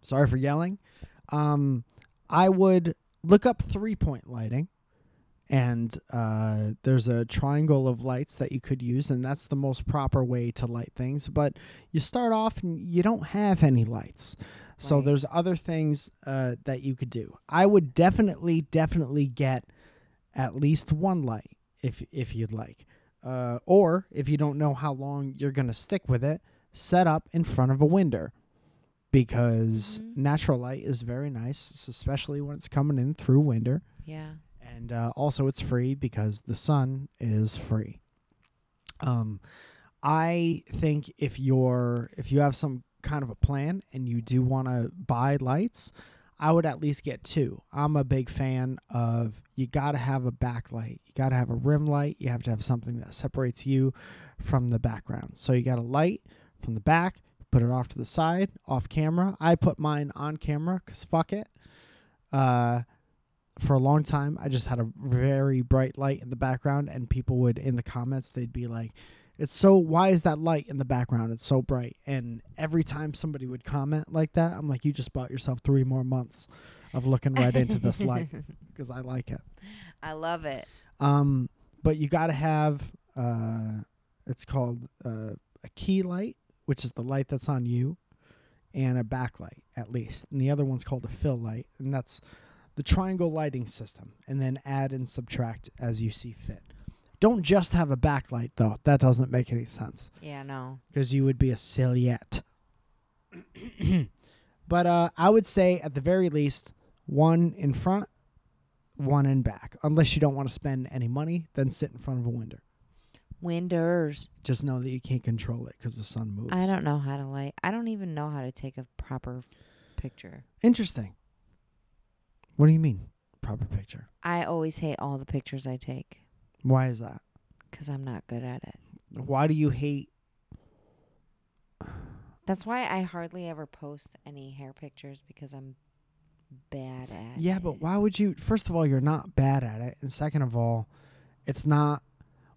[SPEAKER 2] sorry for yelling. Um, I would look up three point lighting, and uh, there's a triangle of lights that you could use, and that's the most proper way to light things. But you start off and you don't have any lights. So
[SPEAKER 1] Right.
[SPEAKER 2] there's other things uh, that you could do. I would definitely, definitely get at least one light if if you'd like, uh, or if you don't know how long you're gonna stick with it, set up in front of a window because
[SPEAKER 1] Mhm.
[SPEAKER 2] natural light is very nice, s- especially when it's coming in through winter.
[SPEAKER 1] Yeah.
[SPEAKER 2] And uh, also, it's free because the sun is free. Um, I think if you're if you have some kind of a plan and you do want to buy lights, I would at least get two. I'm a big fan of you got to have a backlight, you got to have a rim light, you have to have something that separates you from the background. So you got a light from the back, put it off to the side, off camera. I put mine on camera because fuck it. Uh, for a long time, I just had a very bright light in the background, and people would in the comments they'd be like, "It's so why is that light in the background? It's so bright." And every time somebody would comment like that, I'm like, "You just bought yourself three more months of looking right into this light because I like it."
[SPEAKER 1] I love it.
[SPEAKER 2] Um, but you got to have uh, it's called uh, a key light, which is the light that's on you, and a backlight at least. And the other one's called a fill light, and that's the triangle lighting system, and then add and subtract as you see fit. Don't just have a backlight, though. That doesn't make any sense
[SPEAKER 1] Yeah, no.
[SPEAKER 2] because you would be a silhouette. but uh, I would say, at the very least, one in front, one in back. Unless you don't want to spend any money, then sit in front of a window.
[SPEAKER 1] Winders.
[SPEAKER 2] Just know that you can't control it because the sun moves.
[SPEAKER 1] I don't know how to light. I don't even know how to take a proper picture.
[SPEAKER 2] Interesting. What do you mean, proper picture?
[SPEAKER 1] I always hate all the pictures I take
[SPEAKER 2] Why is that?
[SPEAKER 1] because I'm not good at it.
[SPEAKER 2] Why do you hate?
[SPEAKER 1] That's why I hardly ever post any hair pictures because I'm bad at
[SPEAKER 2] Yeah,
[SPEAKER 1] it.
[SPEAKER 2] but why would you? First of all, you're not bad at it, and second of all, it's not.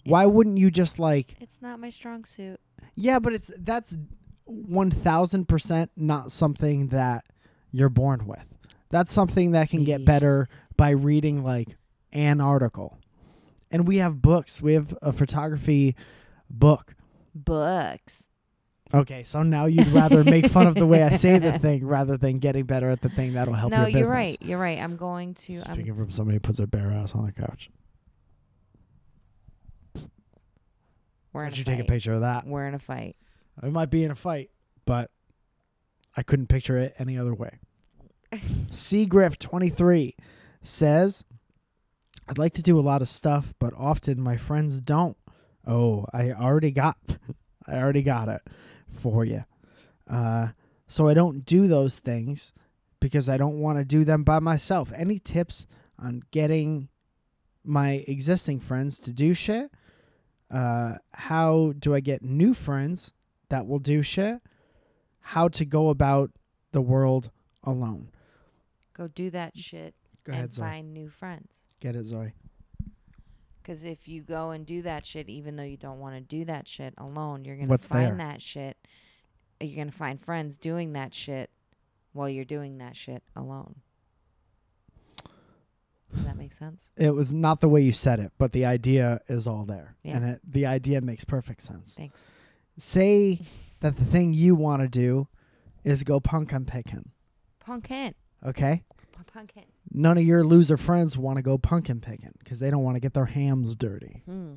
[SPEAKER 1] It's-
[SPEAKER 2] Why wouldn't you just like?
[SPEAKER 1] It's not my strong suit.
[SPEAKER 2] Yeah, but it's that's one thousand percent not something that you're born with. That's something that can get
[SPEAKER 1] Yeesh.
[SPEAKER 2] better by reading like an article, and we have books. We have a photography book.
[SPEAKER 1] Books.
[SPEAKER 2] Okay, so now you'd rather make fun of the way I say the thing rather than getting better at the thing that'll help
[SPEAKER 1] no,
[SPEAKER 2] your business.
[SPEAKER 1] you're right. You're right. I'm going to. I'm,
[SPEAKER 2] Speaking from somebody who puts their bare ass on the couch.
[SPEAKER 1] we're
[SPEAKER 2] Why
[SPEAKER 1] in
[SPEAKER 2] don't
[SPEAKER 1] a
[SPEAKER 2] you take a
[SPEAKER 1] fight.
[SPEAKER 2] picture of that?
[SPEAKER 1] We're in a fight.
[SPEAKER 2] We might be in a fight, but I couldn't picture it any other way. Seagriff23 says, I'd like to do a lot of stuff, but often my friends don't. Oh, I already got I already got it for you. Uh, so I don't do those things because I don't want to do them by myself. Any tips on getting my existing friends to do shit? Uh, how do I get new friends that will do shit? How to go about the world alone?
[SPEAKER 1] Go do that shit
[SPEAKER 2] Go ahead,
[SPEAKER 1] and
[SPEAKER 2] Zoe.
[SPEAKER 1] find new friends.
[SPEAKER 2] Get it, Zoe.
[SPEAKER 1] Because if you go and do that shit, even though you don't want to do that shit alone, you're gonna
[SPEAKER 2] What's
[SPEAKER 1] find
[SPEAKER 2] there?
[SPEAKER 1] that shit. You're gonna find friends doing that shit while you're doing that shit alone. Does that make sense?
[SPEAKER 2] It was not the way you said it, but the idea is all there,
[SPEAKER 1] Yeah.
[SPEAKER 2] and it, the idea makes perfect sense.
[SPEAKER 1] Thanks.
[SPEAKER 2] Say that the thing you want to do is go punk and picking,
[SPEAKER 1] Punkin.
[SPEAKER 2] okay?
[SPEAKER 1] P- Punkin.
[SPEAKER 2] None of your loser friends want to go punk and picking because they don't want to get their hams dirty,
[SPEAKER 1] Hmm.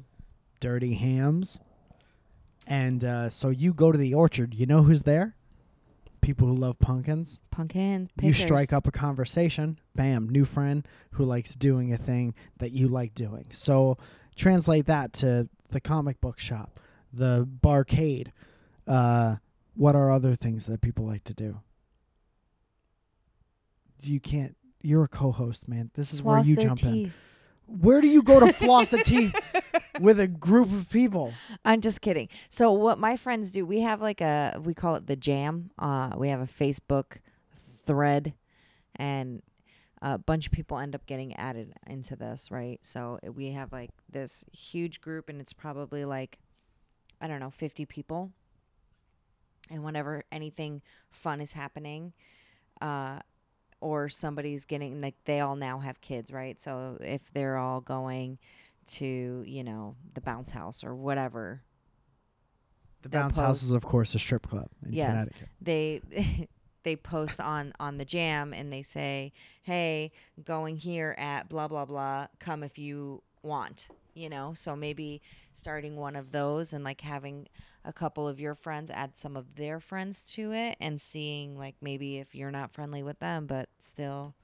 [SPEAKER 2] dirty hams. And uh, so you go to the orchard. You know who's there? People who love pumpkins.
[SPEAKER 1] Punkin.
[SPEAKER 2] You strike up a conversation, bam, new friend who likes doing a thing that you like doing. So translate that to the comic book shop, the barcade. Uh, what are other things that people like to do? You can't. You're a co-host, man. This is where you jump in. Where do you go to floss a teeth with a group of people?
[SPEAKER 1] I'm just kidding. So what my friends do, we have like a we call it the jam. Uh, we have a Facebook thread, and a bunch of people end up getting added into this, right? So we have like this huge group, and it's probably like I don't know, 50 people. And whenever anything fun is happening, uh, or somebody's getting like they all now have kids, right? So if they're all going to you know the bounce house or whatever
[SPEAKER 2] The
[SPEAKER 1] They'll
[SPEAKER 2] bounce
[SPEAKER 1] post-
[SPEAKER 2] house is, of course, a strip club in
[SPEAKER 1] Yes.
[SPEAKER 2] Connecticut.
[SPEAKER 1] they they post on on the jam and they say hey going here at blah blah blah come if you want you know so maybe starting one of those and like having a couple of your friends add some of their friends to it and seeing like maybe if you're not friendly with them but still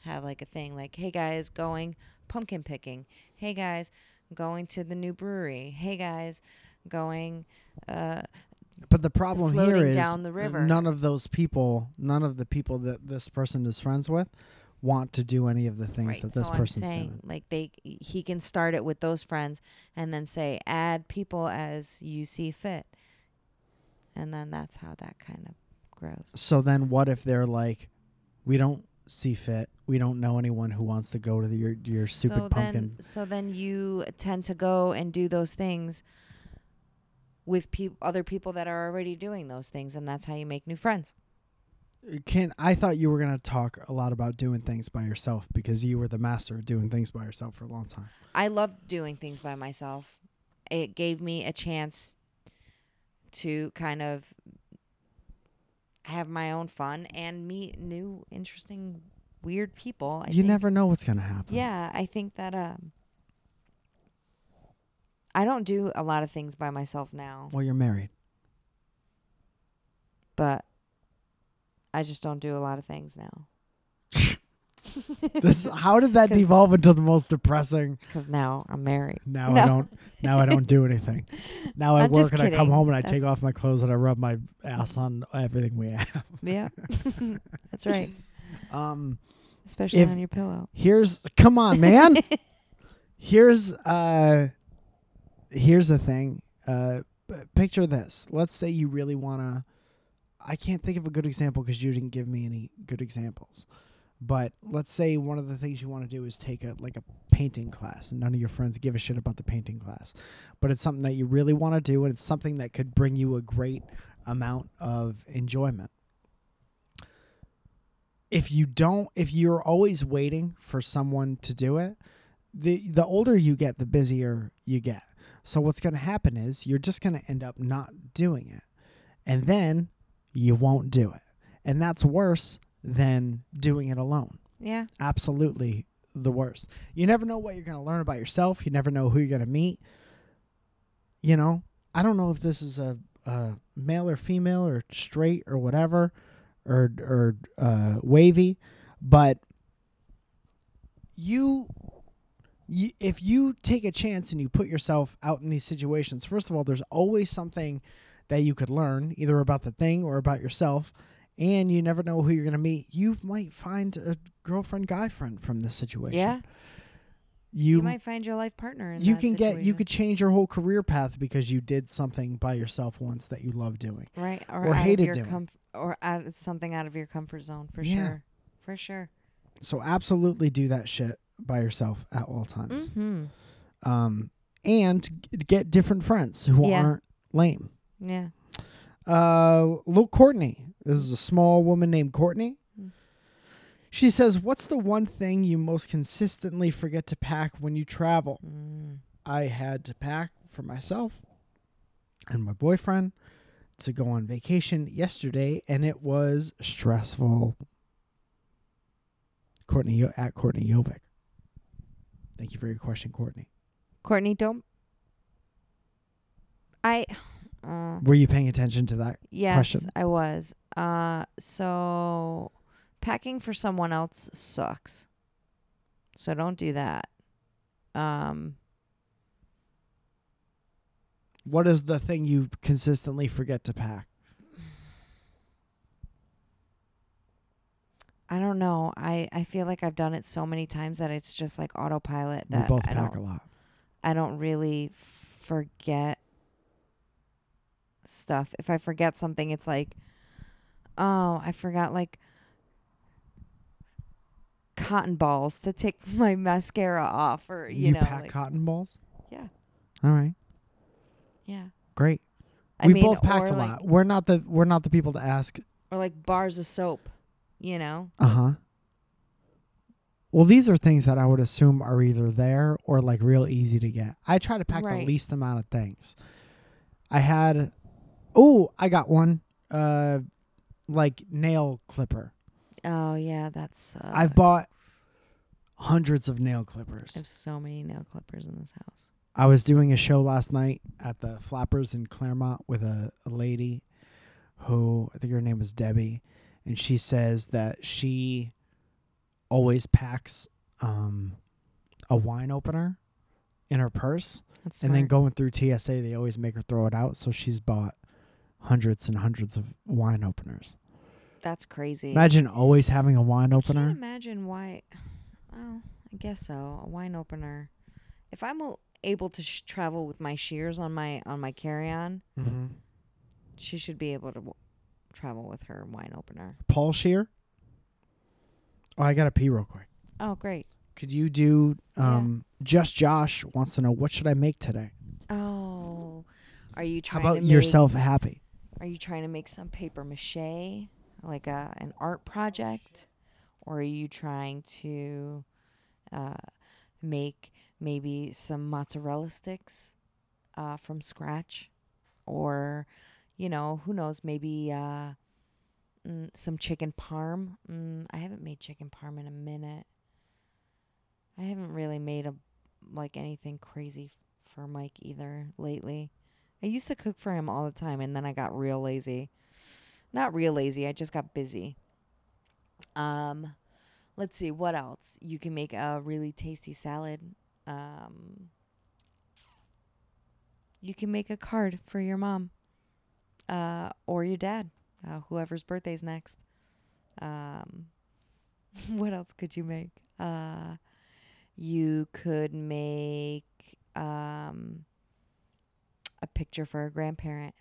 [SPEAKER 1] have like a thing like hey guys going pumpkin picking hey guys going to the new brewery hey guys going uh
[SPEAKER 2] But the problem here
[SPEAKER 1] floating
[SPEAKER 2] is
[SPEAKER 1] down the river.
[SPEAKER 2] none of those people, none of the people that this person is friends with, want to do any of the things that this
[SPEAKER 1] so
[SPEAKER 2] person's
[SPEAKER 1] I'm saying,
[SPEAKER 2] doing.
[SPEAKER 1] Like they, he can start it with those friends, and then say, add people as you see fit, and then that's how that kind of grows.
[SPEAKER 2] So then, what if they're like, we don't see fit, we don't know anyone who wants to go to the, your your stupid
[SPEAKER 1] so
[SPEAKER 2] pumpkin?
[SPEAKER 1] Then, so then you tend to go and do those things with peop other people that are already doing those things, and that's how you make new friends.
[SPEAKER 2] Can Uh, I thought you were gonna talk a lot about doing things by yourself because you were the master of doing things by yourself for a long time.
[SPEAKER 1] I loved doing things by myself. It gave me a chance to kind of have my own fun and meet new interesting weird people. I
[SPEAKER 2] you
[SPEAKER 1] think-
[SPEAKER 2] never know what's gonna happen.
[SPEAKER 1] Yeah, I think that um I don't do a lot of things by myself now,
[SPEAKER 2] Well, you're married.
[SPEAKER 1] but I just don't do a lot of things now
[SPEAKER 2] This how did that
[SPEAKER 1] 'Cause-
[SPEAKER 2] devolve into the most depressing?
[SPEAKER 1] cuz now I'm married.
[SPEAKER 2] Now I
[SPEAKER 1] No.
[SPEAKER 2] don't. Now I don't do anything. Now I
[SPEAKER 1] I'm
[SPEAKER 2] work
[SPEAKER 1] just
[SPEAKER 2] and I come
[SPEAKER 1] kidding.
[SPEAKER 2] home and I
[SPEAKER 1] That's-
[SPEAKER 2] take off my clothes and I rub my ass on everything we have.
[SPEAKER 1] Yeah. That's right.
[SPEAKER 2] Um,
[SPEAKER 1] Especially
[SPEAKER 2] If-
[SPEAKER 1] on your pillow.
[SPEAKER 2] here's come on, man. here's uh, here's the thing. Uh, p- picture this. Let's say you really wanna. I can't think of a good example because you didn't give me any good examples. But let's say one of the things you want to do is take a like a painting class, and none of your friends give a shit about the painting class. But it's something that you really want to do, and it's something that could bring you a great amount of enjoyment. If you don't, if you're always waiting for someone to do it, the the older you get, the busier you get. So what's going to happen is you're just going to end up not doing it, and then you won't do it, and that's worse than doing it alone
[SPEAKER 1] Yeah.
[SPEAKER 2] absolutely the worst. You never know what you're going to learn about yourself. You never know who you're going to meet. You know, I don't know if this is a, a male or female or straight or whatever or or uh, wavy, but you, you if you take a chance and you put yourself out in these situations, first of all, there's always something that you could learn either about the thing or about yourself and you never know who you're going to meet. You might find a girlfriend, guy friend from this situation.
[SPEAKER 1] Yeah.
[SPEAKER 2] You
[SPEAKER 1] You, might find your life partner in
[SPEAKER 2] you
[SPEAKER 1] that
[SPEAKER 2] can get you
[SPEAKER 1] situation.
[SPEAKER 2] could change your whole career path because you did something by yourself once that you love doing.
[SPEAKER 1] right or,
[SPEAKER 2] or
[SPEAKER 1] out
[SPEAKER 2] hated
[SPEAKER 1] of your
[SPEAKER 2] doing.
[SPEAKER 1] comf- or out something out of your comfort zone for
[SPEAKER 2] Yeah.
[SPEAKER 1] sure. For sure.
[SPEAKER 2] So absolutely do that shit by yourself at all times.
[SPEAKER 1] Mhm.
[SPEAKER 2] Um and g- get different friends who
[SPEAKER 1] Yeah.
[SPEAKER 2] aren't lame.
[SPEAKER 1] Yeah.
[SPEAKER 2] Uh little Courtney. This is a small woman named Courtney.
[SPEAKER 1] Mm.
[SPEAKER 2] She says, "What's the one thing you most consistently forget to pack when you travel?"
[SPEAKER 1] Mm.
[SPEAKER 2] I had to pack for myself and my boyfriend to go on vacation yesterday, and it was stressful. Courtney Yo- at Courtney Yovic. Thank you for your question, Courtney.
[SPEAKER 1] Courtney, don't. I, uh,
[SPEAKER 2] Were you paying attention to that?
[SPEAKER 1] yes,
[SPEAKER 2] Question.
[SPEAKER 1] I was. Uh, so packing for someone else sucks. So don't do that. Um,
[SPEAKER 2] What is the thing you consistently forget to pack?
[SPEAKER 1] I don't know. I I feel like I've done it so many times that it's just like autopilot
[SPEAKER 2] We
[SPEAKER 1] that
[SPEAKER 2] both
[SPEAKER 1] I
[SPEAKER 2] pack
[SPEAKER 1] don't
[SPEAKER 2] a lot.
[SPEAKER 1] I don't really forget stuff. If I forget something, it's like, oh, I forgot like cotton balls to take my mascara off, or you,
[SPEAKER 2] You,
[SPEAKER 1] know,
[SPEAKER 2] pack
[SPEAKER 1] like-
[SPEAKER 2] cotton balls?
[SPEAKER 1] yeah,
[SPEAKER 2] All right.
[SPEAKER 1] yeah.
[SPEAKER 2] Great.
[SPEAKER 1] I
[SPEAKER 2] we
[SPEAKER 1] mean,
[SPEAKER 2] both packed
[SPEAKER 1] or
[SPEAKER 2] a
[SPEAKER 1] like,
[SPEAKER 2] lot. We're not the we're not the people to ask
[SPEAKER 1] or like bars of soap, you know.
[SPEAKER 2] Uh huh. Well, these are things that I would assume are either there or like real easy to get. I try to pack the
[SPEAKER 1] Right.
[SPEAKER 2] least amount of things. I had, oh, I got one, uh, like nail clipper.
[SPEAKER 1] Oh yeah, that's. Uh,
[SPEAKER 2] I've bought hundreds of nail clippers.
[SPEAKER 1] I have so many nail clippers in this house.
[SPEAKER 2] I was doing a show last night at the Flappers in Claremont with a, a lady who I think her name was Debbie, and she says that she always packs um, a wine opener in her purse,
[SPEAKER 1] That's
[SPEAKER 2] and then
[SPEAKER 1] smart.
[SPEAKER 2] going through TSA, they always make her throw it out. So she's bought hundreds and hundreds of wine openers.
[SPEAKER 1] That's crazy.
[SPEAKER 2] Imagine always having a wine
[SPEAKER 1] I
[SPEAKER 2] opener.
[SPEAKER 1] can't imagine why. Well, I guess so. A wine opener. If I'm a- able to sh- travel with my shears on my on my carry on,
[SPEAKER 2] Mm-hmm.
[SPEAKER 1] she should be able to w- travel with her wine opener.
[SPEAKER 2] Paul Shear. Oh, I gotta pee real quick.
[SPEAKER 1] Oh, great.
[SPEAKER 2] Could you do
[SPEAKER 1] Yeah.
[SPEAKER 2] um just Josh wants to know what should I make today?
[SPEAKER 1] Oh, are you
[SPEAKER 2] How
[SPEAKER 1] trying
[SPEAKER 2] about
[SPEAKER 1] to make,
[SPEAKER 2] yourself happy?
[SPEAKER 1] Are you trying to make some paper mache, like a an art project, or are you trying to uh, make maybe some mozzarella sticks uh, from scratch, or you know who knows maybe uh, Mm, some chicken parm. Mm, I haven't made chicken parm in a minute. I haven't really made a like anything crazy f- for Mike either lately. I used to cook for him all the time and then I got real lazy. Not real lazy, I just got busy. Um let's see what else. You can make a really tasty salad. Um you can make a card for your mom uh or your dad, uh, whoever's birthday's next. Um what else could you make? Uh you could make um, a picture for a grandparent,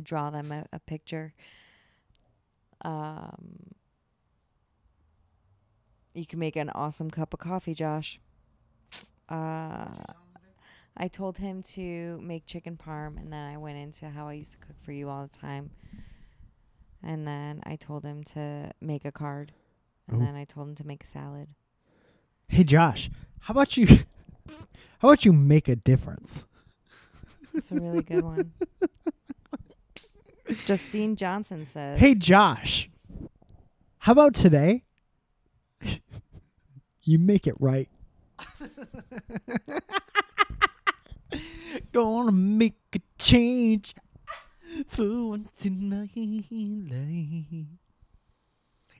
[SPEAKER 1] draw them a, a picture. Um, you can make an awesome cup of coffee, Josh. Uh, I told him to make chicken parm, and then I went into how I used to cook for you all the time. And then I told him to make a card, and
[SPEAKER 2] Oh.
[SPEAKER 1] then I told him to make a salad.
[SPEAKER 2] Hey Josh, how about you? How about you make a difference?
[SPEAKER 1] That's a really good one. Justine Johnson says,
[SPEAKER 2] Hey Josh, how about today? you make it right. Gonna make a change for once in my life.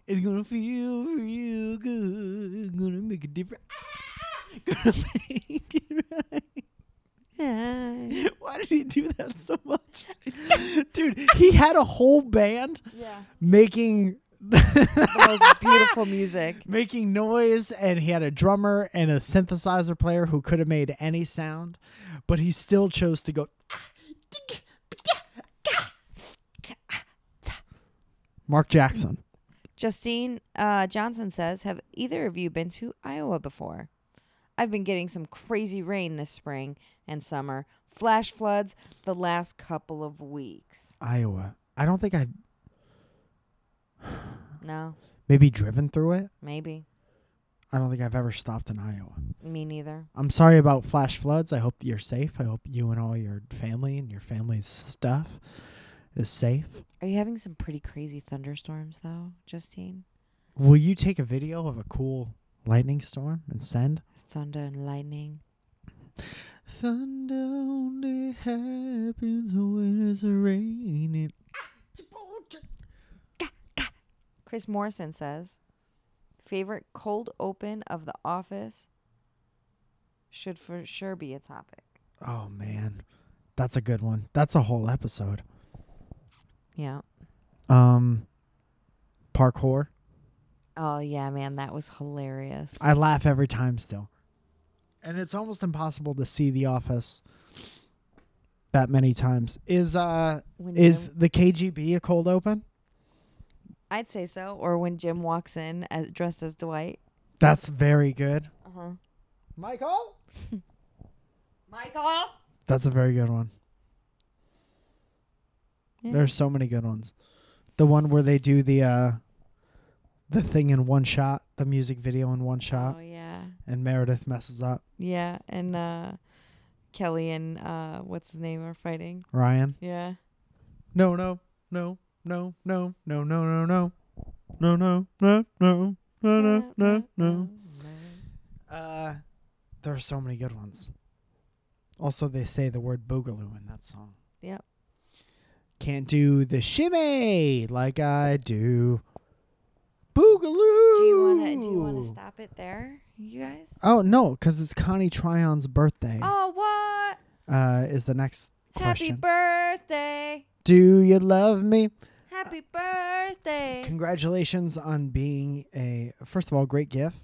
[SPEAKER 2] It's gonna feel real good. Gonna make a difference. Gonna make it right.
[SPEAKER 1] Hi."
[SPEAKER 2] Why did he do that so much? Dude, he had a whole band
[SPEAKER 1] Yeah.
[SPEAKER 2] making
[SPEAKER 1] The most beautiful music.
[SPEAKER 2] making noise and he had a drummer and a synthesizer player who could have made any sound, but he still chose to go Mark Jackson.
[SPEAKER 1] Justine uh, Johnson says, Have either of you been to Iowa before? I've been getting some crazy rain this spring and summer, flash floods the last couple of weeks.
[SPEAKER 2] Iowa. I don't think I've
[SPEAKER 1] No,
[SPEAKER 2] maybe driven through it.
[SPEAKER 1] maybe.
[SPEAKER 2] I don't think I've ever stopped in Iowa.
[SPEAKER 1] Me neither.
[SPEAKER 2] I'm sorry about flash floods. I hope you're safe. I hope you and all your family and your family's stuff is safe.
[SPEAKER 1] Are you having some pretty crazy thunderstorms, though, Justine?
[SPEAKER 2] Will you take a video of a cool lightning storm and send?
[SPEAKER 1] Thunder and lightning.
[SPEAKER 2] Thunder only happens when it's raining.
[SPEAKER 1] Chris Morrison says, favorite cold open of The Office should for sure be a topic.
[SPEAKER 2] Oh man, that's a good one. That's a whole episode.
[SPEAKER 1] Yeah.
[SPEAKER 2] Um, parkour.
[SPEAKER 1] Oh, yeah, man. That was hilarious.
[SPEAKER 2] I laugh every time still, and it's almost impossible to see The Office that many times. Is uh
[SPEAKER 1] when
[SPEAKER 2] is
[SPEAKER 1] Jim,
[SPEAKER 2] the KGB a cold open?
[SPEAKER 1] I'd say so. Or when Jim walks in as, dressed as Dwight.
[SPEAKER 2] That's very good.
[SPEAKER 1] Uh-huh.
[SPEAKER 2] Michael.
[SPEAKER 1] Michael?
[SPEAKER 2] That's a very good one.
[SPEAKER 1] Yeah.
[SPEAKER 2] There's so many good ones. The one where they do the uh the thing in one shot, the music video in one shot,
[SPEAKER 1] Oh, yeah.
[SPEAKER 2] and Meredith messes up.
[SPEAKER 1] Yeah. And uh, Kelly and uh, what's his name are fighting.
[SPEAKER 2] Ryan.
[SPEAKER 1] Yeah.
[SPEAKER 2] No, no, no, no, no, no, no, no, no. No, no, no, no, no, no, no, no. Uh there are so many good ones. Also they say the word boogaloo in that song.
[SPEAKER 1] Yep.
[SPEAKER 2] Can't do the shimmy like I do. Boogaloo.
[SPEAKER 1] Do you wanna do you wanna stop it there, you guys?
[SPEAKER 2] Oh no, because it's Connie Tryon's birthday.
[SPEAKER 1] Oh what?
[SPEAKER 2] Uh, is the next
[SPEAKER 1] Happy
[SPEAKER 2] question?
[SPEAKER 1] birthday.
[SPEAKER 2] do you love me? Uh,
[SPEAKER 1] Happy birthday.
[SPEAKER 2] Congratulations on being a first of all great gift.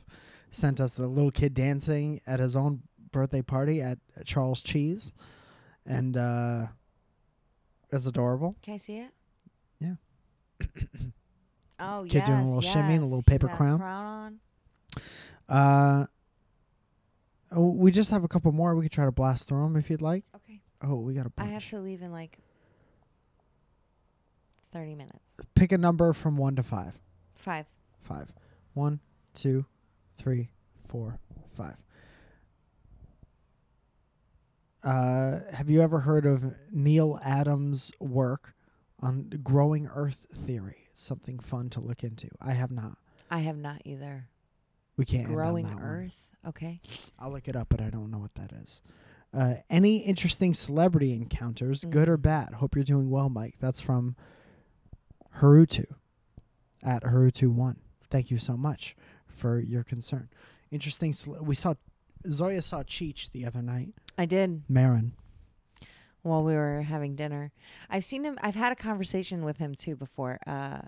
[SPEAKER 2] Sent us the little kid dancing at his own birthday party at Charles Cheese, and uh, it's adorable.
[SPEAKER 1] Can I see it?
[SPEAKER 2] Yeah.
[SPEAKER 1] oh,
[SPEAKER 2] Kid
[SPEAKER 1] yes.
[SPEAKER 2] doing a little shimmy and a
[SPEAKER 1] yes.
[SPEAKER 2] little
[SPEAKER 1] He's
[SPEAKER 2] paper
[SPEAKER 1] got a
[SPEAKER 2] crown.
[SPEAKER 1] on.
[SPEAKER 2] Uh, oh, we just have a couple more. We could try to blast through them if you'd like.
[SPEAKER 1] Okay.
[SPEAKER 2] Oh, we got a
[SPEAKER 1] I
[SPEAKER 2] bunch.
[SPEAKER 1] have to leave in like 30 minutes.
[SPEAKER 2] pick a number from one to five.
[SPEAKER 1] Five.
[SPEAKER 2] five. One, two, three, four, five. Uh, have you ever heard of Neil Adams' work on growing Earth theory? something fun to look into. I have not.
[SPEAKER 1] I have not either.
[SPEAKER 2] We can't. end on
[SPEAKER 1] Growing
[SPEAKER 2] that one.
[SPEAKER 1] Earth. Okay.
[SPEAKER 2] I'll look it up, but I don't know what that is. Uh, any interesting celebrity encounters, good or
[SPEAKER 1] Mhm.
[SPEAKER 2] bad? Hope you're doing well, Mike. That's from Harutu at Harutu1. Thank you so much for your concern. Interesting. Cele- we saw Zoya saw Cheech the other night.
[SPEAKER 1] I did
[SPEAKER 2] Marin.
[SPEAKER 1] while we were having dinner. I've seen him. I've had a conversation with him too before. Uh,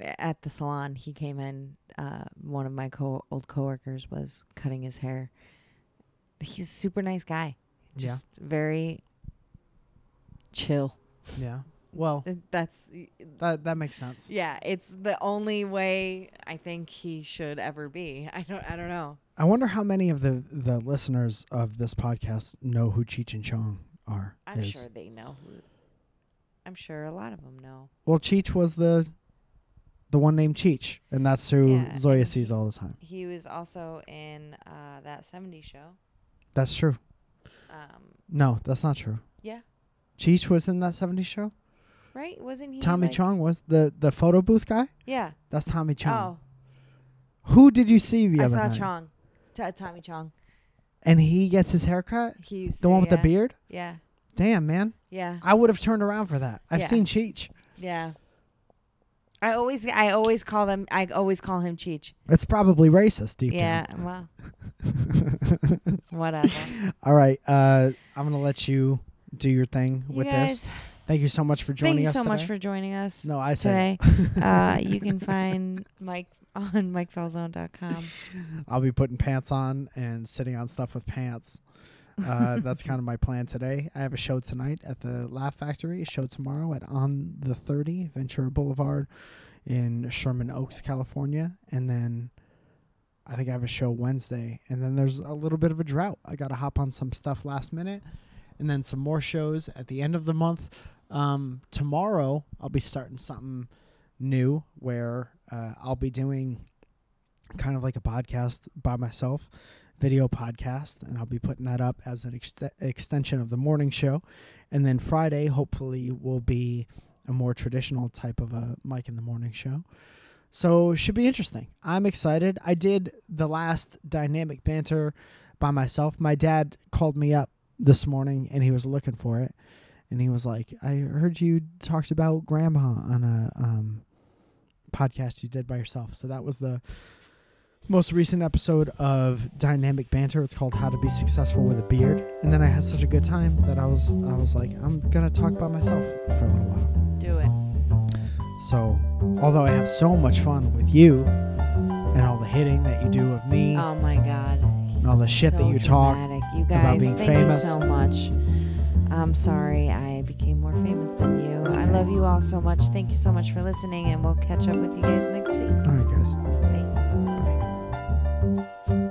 [SPEAKER 1] at the salon, he came in. Uh, one of my co- old coworkers was cutting his hair. He's a super nice guy.
[SPEAKER 2] Yeah.
[SPEAKER 1] Just very chill.
[SPEAKER 2] Yeah. Well,
[SPEAKER 1] Uh, That's
[SPEAKER 2] that that makes sense.
[SPEAKER 1] yeah. It's the only way I think he should ever be. I don't. I don't know.
[SPEAKER 2] I wonder how many of the the listeners of this podcast know who Cheech and Chong are.
[SPEAKER 1] I'm
[SPEAKER 2] is.
[SPEAKER 1] sure they know who. I'm sure a lot of them know.
[SPEAKER 2] Well, Cheech was the the one named Cheech, and that's who
[SPEAKER 1] Yeah,
[SPEAKER 2] Zoya
[SPEAKER 1] and
[SPEAKER 2] sees all the time.
[SPEAKER 1] He was also in uh, that '70s show.
[SPEAKER 2] That's true.
[SPEAKER 1] Um,
[SPEAKER 2] No, that's not true.
[SPEAKER 1] Yeah.
[SPEAKER 2] Cheech was in that 70s show.
[SPEAKER 1] right? Wasn't he
[SPEAKER 2] Tommy
[SPEAKER 1] like-
[SPEAKER 2] Chong was the the photo booth guy.
[SPEAKER 1] Yeah.
[SPEAKER 2] That's Tommy Chong.
[SPEAKER 1] Oh,
[SPEAKER 2] Who did you see the
[SPEAKER 1] I
[SPEAKER 2] other
[SPEAKER 1] saw
[SPEAKER 2] night?
[SPEAKER 1] Chong. T- Tommy Chong.
[SPEAKER 2] And he gets his haircut.
[SPEAKER 1] He used
[SPEAKER 2] The
[SPEAKER 1] to-
[SPEAKER 2] one with
[SPEAKER 1] yeah,
[SPEAKER 2] the beard.
[SPEAKER 1] Yeah.
[SPEAKER 2] Damn man,
[SPEAKER 1] Yeah.
[SPEAKER 2] I would have turned around for that. I've
[SPEAKER 1] Yeah.
[SPEAKER 2] seen Cheech.
[SPEAKER 1] Yeah. I always I always call them I always call him Cheech.
[SPEAKER 2] It's probably racist deep
[SPEAKER 1] Yeah.
[SPEAKER 2] down.
[SPEAKER 1] Wow. Whatever.
[SPEAKER 2] All right, uh, I'm gonna let you do your thing
[SPEAKER 1] You
[SPEAKER 2] with
[SPEAKER 1] guys,
[SPEAKER 2] this. Thank you so much for joining
[SPEAKER 1] thank you
[SPEAKER 2] us.
[SPEAKER 1] so much
[SPEAKER 2] today.
[SPEAKER 1] for joining us
[SPEAKER 2] No, I said
[SPEAKER 1] today. uh, you can find Mike on MikeFalzone.com.
[SPEAKER 2] I'll be putting pants on and sitting on stuff with pants. Uh, that's kind of my plan today. I have a show tonight at the Laugh Factory, a show tomorrow at On the 30, Ventura Boulevard in Sherman Oaks, California. And then I think I have a show Wednesday. And then there's a little bit of a drought. I got to hop on some stuff last minute and then some more shows at the end of the month. Um, tomorrow, I'll be starting something new where uh, I'll be doing kind of like a podcast by myself, video podcast, and I'll be putting that up as an ext- extension of the morning show. And then Friday, hopefully, will be a more traditional type of a Mike in the Morning show. So it should be interesting. I'm excited. I did the last dynamic banter by myself. My dad called me up this morning and he was looking for it. And he was like, I heard you talked about grandma on a um, podcast you did by yourself. So that was the most recent episode of Dynamic Banter. It's called How to Be Successful with a Beard. And then I had such a good time that I was I was like, I'm gonna talk by myself for a little while.
[SPEAKER 1] Do it.
[SPEAKER 2] So, although I have so much fun with you and all the hitting that you do of me
[SPEAKER 1] Oh my God.
[SPEAKER 2] and all the shit
[SPEAKER 1] so
[SPEAKER 2] that you talk,
[SPEAKER 1] dramatic. You
[SPEAKER 2] about
[SPEAKER 1] guys,
[SPEAKER 2] being
[SPEAKER 1] thank
[SPEAKER 2] famous.
[SPEAKER 1] you so much. I'm sorry I became more famous than you. I
[SPEAKER 2] Okay.
[SPEAKER 1] love you all so much. Thank you so much for listening, and we'll catch up with you guys next week.
[SPEAKER 2] all right, guys.
[SPEAKER 1] Bye.